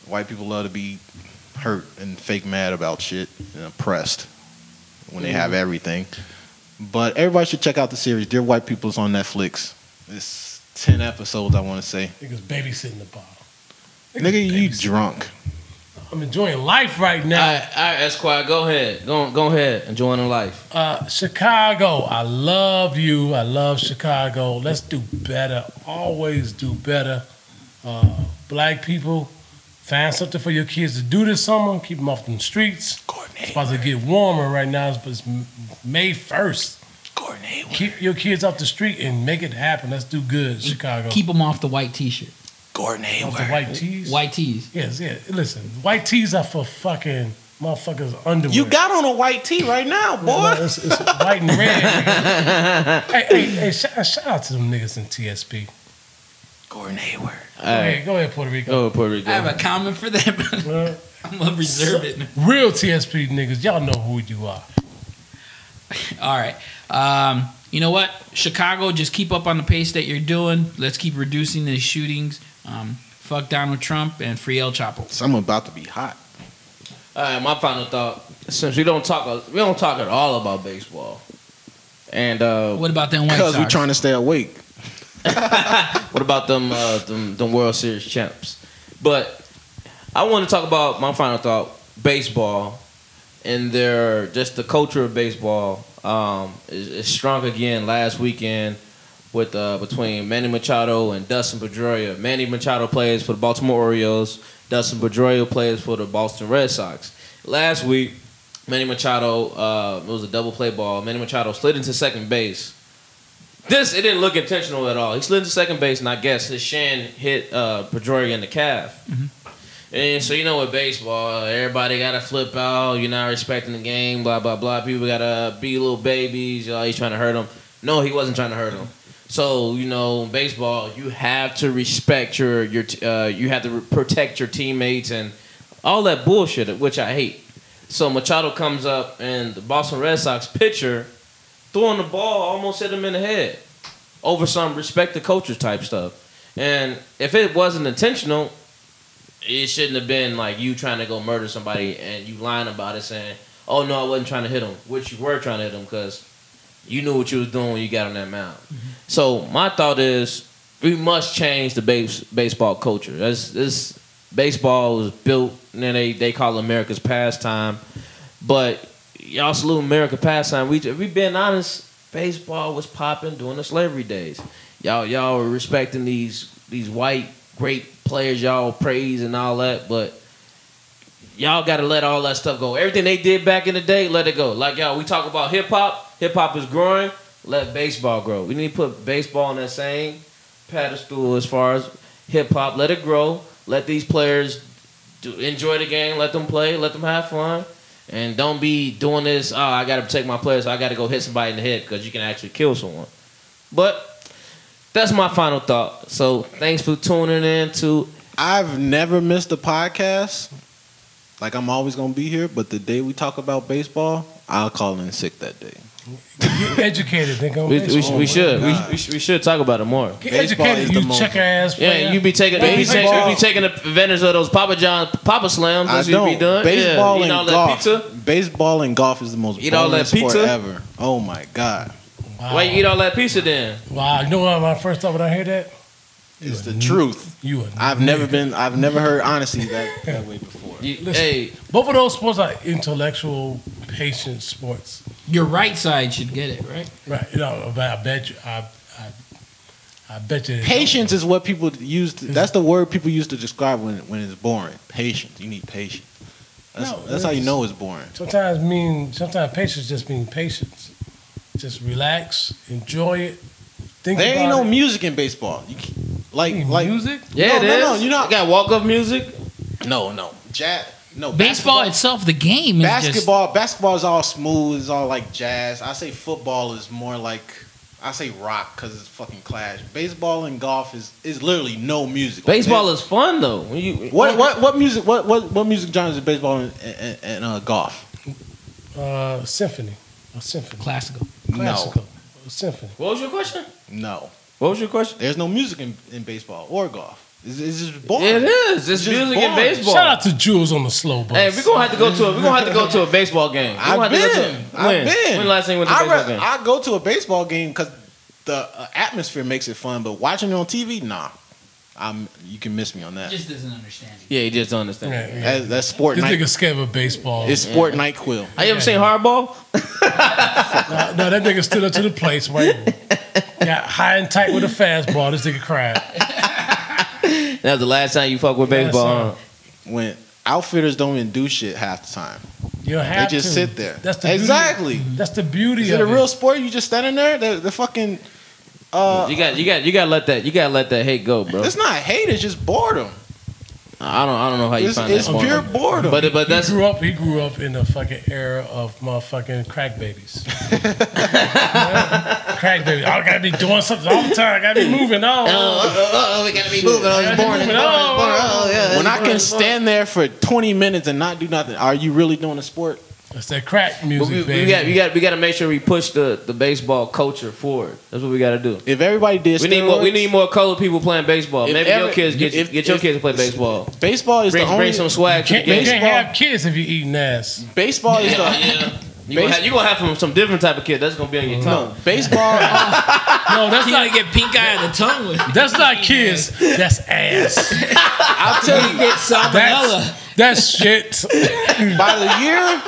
white people love to be hurt and fake mad about shit and oppressed when they
Mm-hmm.
have everything. But everybody should check out the series. Dear White People is on Netflix. It's ten episodes, I want to say.
Niggas babysitting the bottle.
Nigga, you drunk?
I'm enjoying life right
All
now.
right, all right, Esquire, go ahead. Go go ahead. Enjoying the life.
Uh, Chicago, I love you. I love Chicago. Let's do better. Always do better. Uh, black people, find something for your kids to do this summer. Keep them off them streets. It's about to get warmer right now. It's, it's M- May 1st. Keep your kids off the street and make it happen. Let's do good, Chicago.
Keep them off the white t-shirt.
off the white tees.
White tees.
Yes, yeah. Listen, white tees are for fucking motherfuckers' underwear.
You got on a white tee right now,
Well,
boy.
It's, it's white and red. hey, hey, hey, shout, uh, shout out to them niggas in TSP.
Gordon Hayward.
All
Go
right.
ahead, go ahead, Puerto Rico.
Go Puerto
I have
Rico.
a comment for that.
Uh,
I'm gonna reserve it.
Real TSP niggas, y'all know who you are.
All right. Um, you know what? Chicago, just keep up on the pace that you're doing. Let's keep reducing the shootings. Um, fuck Donald Trump and free El Chapo.
So I'm about to be hot.
All right, my final thought. Since we don't talk, we don't talk at all about baseball. And uh,
What about them White
Because
Sox?
we're trying to stay awake.
What about them, uh, them them World Series champs? But I want to talk about my final thought: baseball and their just the culture of baseball um, is, is strong again. Last weekend with uh, between Manny Machado and Dustin Pedroia. Manny Machado plays for the Baltimore Orioles. Dustin Pedroia plays for the Boston Red Sox. Last week, Manny Machado uh, it was a double play ball. Manny Machado slid into second base. This it didn't look intentional at all. He slid to second base, and I guess his shin hit uh, Pedroia in the calf. And so you know, with baseball, everybody got to flip out. You're not respecting the game, blah blah blah. People got to be little babies. You're always trying to hurt him. No, he wasn't trying to hurt him. So you know, in baseball, you have to respect your your t- uh, you have to re- protect your teammates and all that bullshit, which I hate. So Machado comes up, and the Boston Red Sox pitcher throwing the ball almost hit him in the head over some respect the culture type stuff. And if it wasn't intentional, it shouldn't have been like you trying to go murder somebody and you lying about it saying, "Oh no, I wasn't trying to hit him," which you were trying to hit him because you knew what you was doing when you got on that mound. So my thought is, we must change the base baseball culture. That's this baseball was built, and then they they call it America's pastime, but y'all salute America pastime. We if we been honest, baseball was popping during the slavery days. Y'all y'all were respecting these these white great players y'all praise and all that, but y'all got to let all that stuff go. Everything they did back in the day, let it go. Like y'all, we talk about hip hop. Hip hop is growing. Let baseball grow. We need to put baseball on that same pedestal as far as hip hop. Let it grow. Let these players do, enjoy the game. Let them play. Let them have fun. And don't be doing this. Oh, I got to protect my players. I got to go hit somebody in the head because you can actually kill someone. But that's my final thought. So thanks for tuning in to
I've never missed a podcast. Like I'm always gonna be here, but the day we talk about baseball, I'll call in sick that day.
Get educated, nigga.
Oh,
on
We, we,
baseball.
should- we should we, we should we should talk about it more.
Get
Baseball is
educated,
the
you
most-
checker ass
Oh, Yeah,
player.
you be taking you be, take,
Baseball-
you be taking advantage of those Papa John Papa Slams.
I
That's what
don't.
you be doing.
Baseball
yeah, eating all
and
that
golf.
pizza.
Baseball and golf is the most
Eat all
boring
that
sport
pizza?
ever. Oh my god!
wow.
Why you eat all that pizza then?
wow, you know what my first thought when I heard that?
It's the truth.
You are.
I've never been. I've never heard honesty that, that way before.
You-
Listen.
hey,
Both of those sports are intellectual, patient sports.
Your right side should get it, right?
Right. You know, but I bet you. I, I, I bet you. they don't.
Patience is what people use. To, that's the word people use to describe when when it's boring. Patience. You need patience. That's,
No,
that's how you
it's-
know it's boring.
Sometimes mean. Sometimes patience just means patience. Just relax, enjoy it. Think
There ain't
about
no
it.
music in baseball. You c- like
Ain't
like
music.
yeah,
No,
it is.
no, no, you're not-
You got walk up music.
No, no. Jazz. No.
Baseball itself, the game is just
basketball basketball is all smooth it's all like jazz i say football is more like i say rock because it's fucking clash baseball and golf is is literally no music
Baseball is fun though. When you
what what what music what what, what music genres is baseball and, and, and uh, golf
Uh, symphony. A symphony.
classical.
Classical. A symphony.
What was your question?
no
What was your question?
there's no music in, in baseball or golf it's, it's just boring
It is. It's
Just
music and
boring.
baseball.
Shout out to Jules on the slow bus.
Hey, we're gonna have to go to a we're gonna have to go to a baseball game. We gonna have
I've
to go to-
been. I've
when?
been.
When last time you went to a
I,
baseball
re-
game?
I go to a baseball game because the uh, atmosphere makes it fun, but watching it on TV, nah. I'm, you can miss me on that.
Just doesn't understand you.
yeah, you just don't understand.
Yeah, yeah.
That- that's sport
This
night.
nigga scared of baseball.
It's sport night quill.
Have you ever seen Hardball?
Uh, no, that nigga stood up to the place, right? Got high and tight with a fastball. This nigga cried.
That was the last time you fucked with baseball.
Last time.
huh?
when outfitters don't even do shit half the time.
You don't
They
have
just
to.
sit there.
That's the
exactly.
Beauty. That's the beauty
Is
of
it a real
it.
sport? You just standing there? The, the fucking. Uh,
You got you got you got to let that you got to let that hate go, bro.
it's not hate. It's just boredom.
I don't I don't know how you
It's,
find
it's
that boring.
pure boredom.
But but
He
that's
grew up. He grew up in the fucking era of motherfucking crack babies. crack babies. I gotta be doing something all the time. I gotta be moving. Oh,
we gotta be moving. I
was born in- Moving on. born in- oh,
when I can stand there for 20 minutes and not do nothing, are you really doing a sport?
that's that crack music,
we,
baby.
we got we got we got to make sure we push the, the baseball culture forward. That's what we got to do.
If everybody did,
We need more we
steroids-
need more colored people playing baseball.
If
Maybe your
every-
kids get
if-
get your
if-
kids to play baseball.
Baseball is
Bring,
the only.
bring some swag to the
can't, you
game.
can't have kids if you eating ass.
baseball is the.
You gonna, have, you gonna have some, some different type of kid that's gonna be on your tongue.
No, baseball.
No, that's
He's
not.
gonna get pink eye of the tongue with
That's not kids. That's ass.
I'll tell you.
That's,
salmonella.
that's shit.
By the year.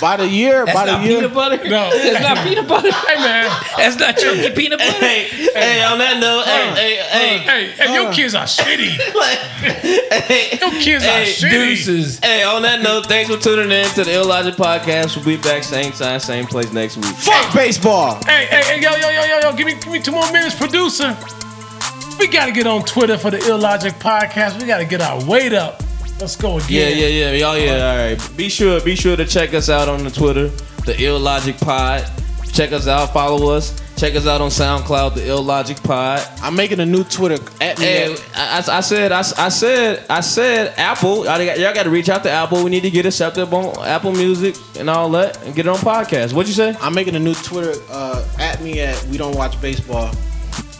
By the year. by
That's
the
not
year.
peanut butter.
No.
That's not peanut butter.
Hey man.
That's not chunky peanut butter.
Hey, hey, uh, on that note, hey, hey, hey,
Hey, hey,
Uh.
your kids are shitty.
hey,
Your kids are
Hey,
shitty.
Deuces.
hey, on that note, thanks for tuning in to the Illogic Podcast. We'll be back same time, same place next week.
Fuck baseball.
Hey, hey, hey, yo, yo, yo, yo, yo, give me, give me two more minutes, producer. We gotta get on Twitter for the Illogic Podcast. We gotta get our weight up. Let's go
Yeah,
again.
yeah, yeah, y'all. Yeah, all right. Be sure, be sure to check us out on the Twitter, the Illogic Pod. Check us out, follow us. Check us out on SoundCloud, the Illogic Pod.
I'm making a new Twitter at me.
Hey, Eh, I, I- I said, I, I said, I said, Apple. Y'all got, y'all got to reach out to Apple. We need to get accepted on Apple Music and all that, and get it on podcast. What'd you say?
I'm making a new Twitter uh, at me at we don't watch baseball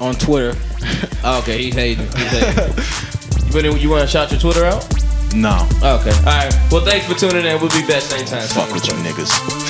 on Twitter.
Oh, okay, he's hating. He's hating. you better, you want to shout your Twitter out?
No,
Okay. All right. Well, thanks for tuning in. We'll be back same time. same
fuck with you niggas.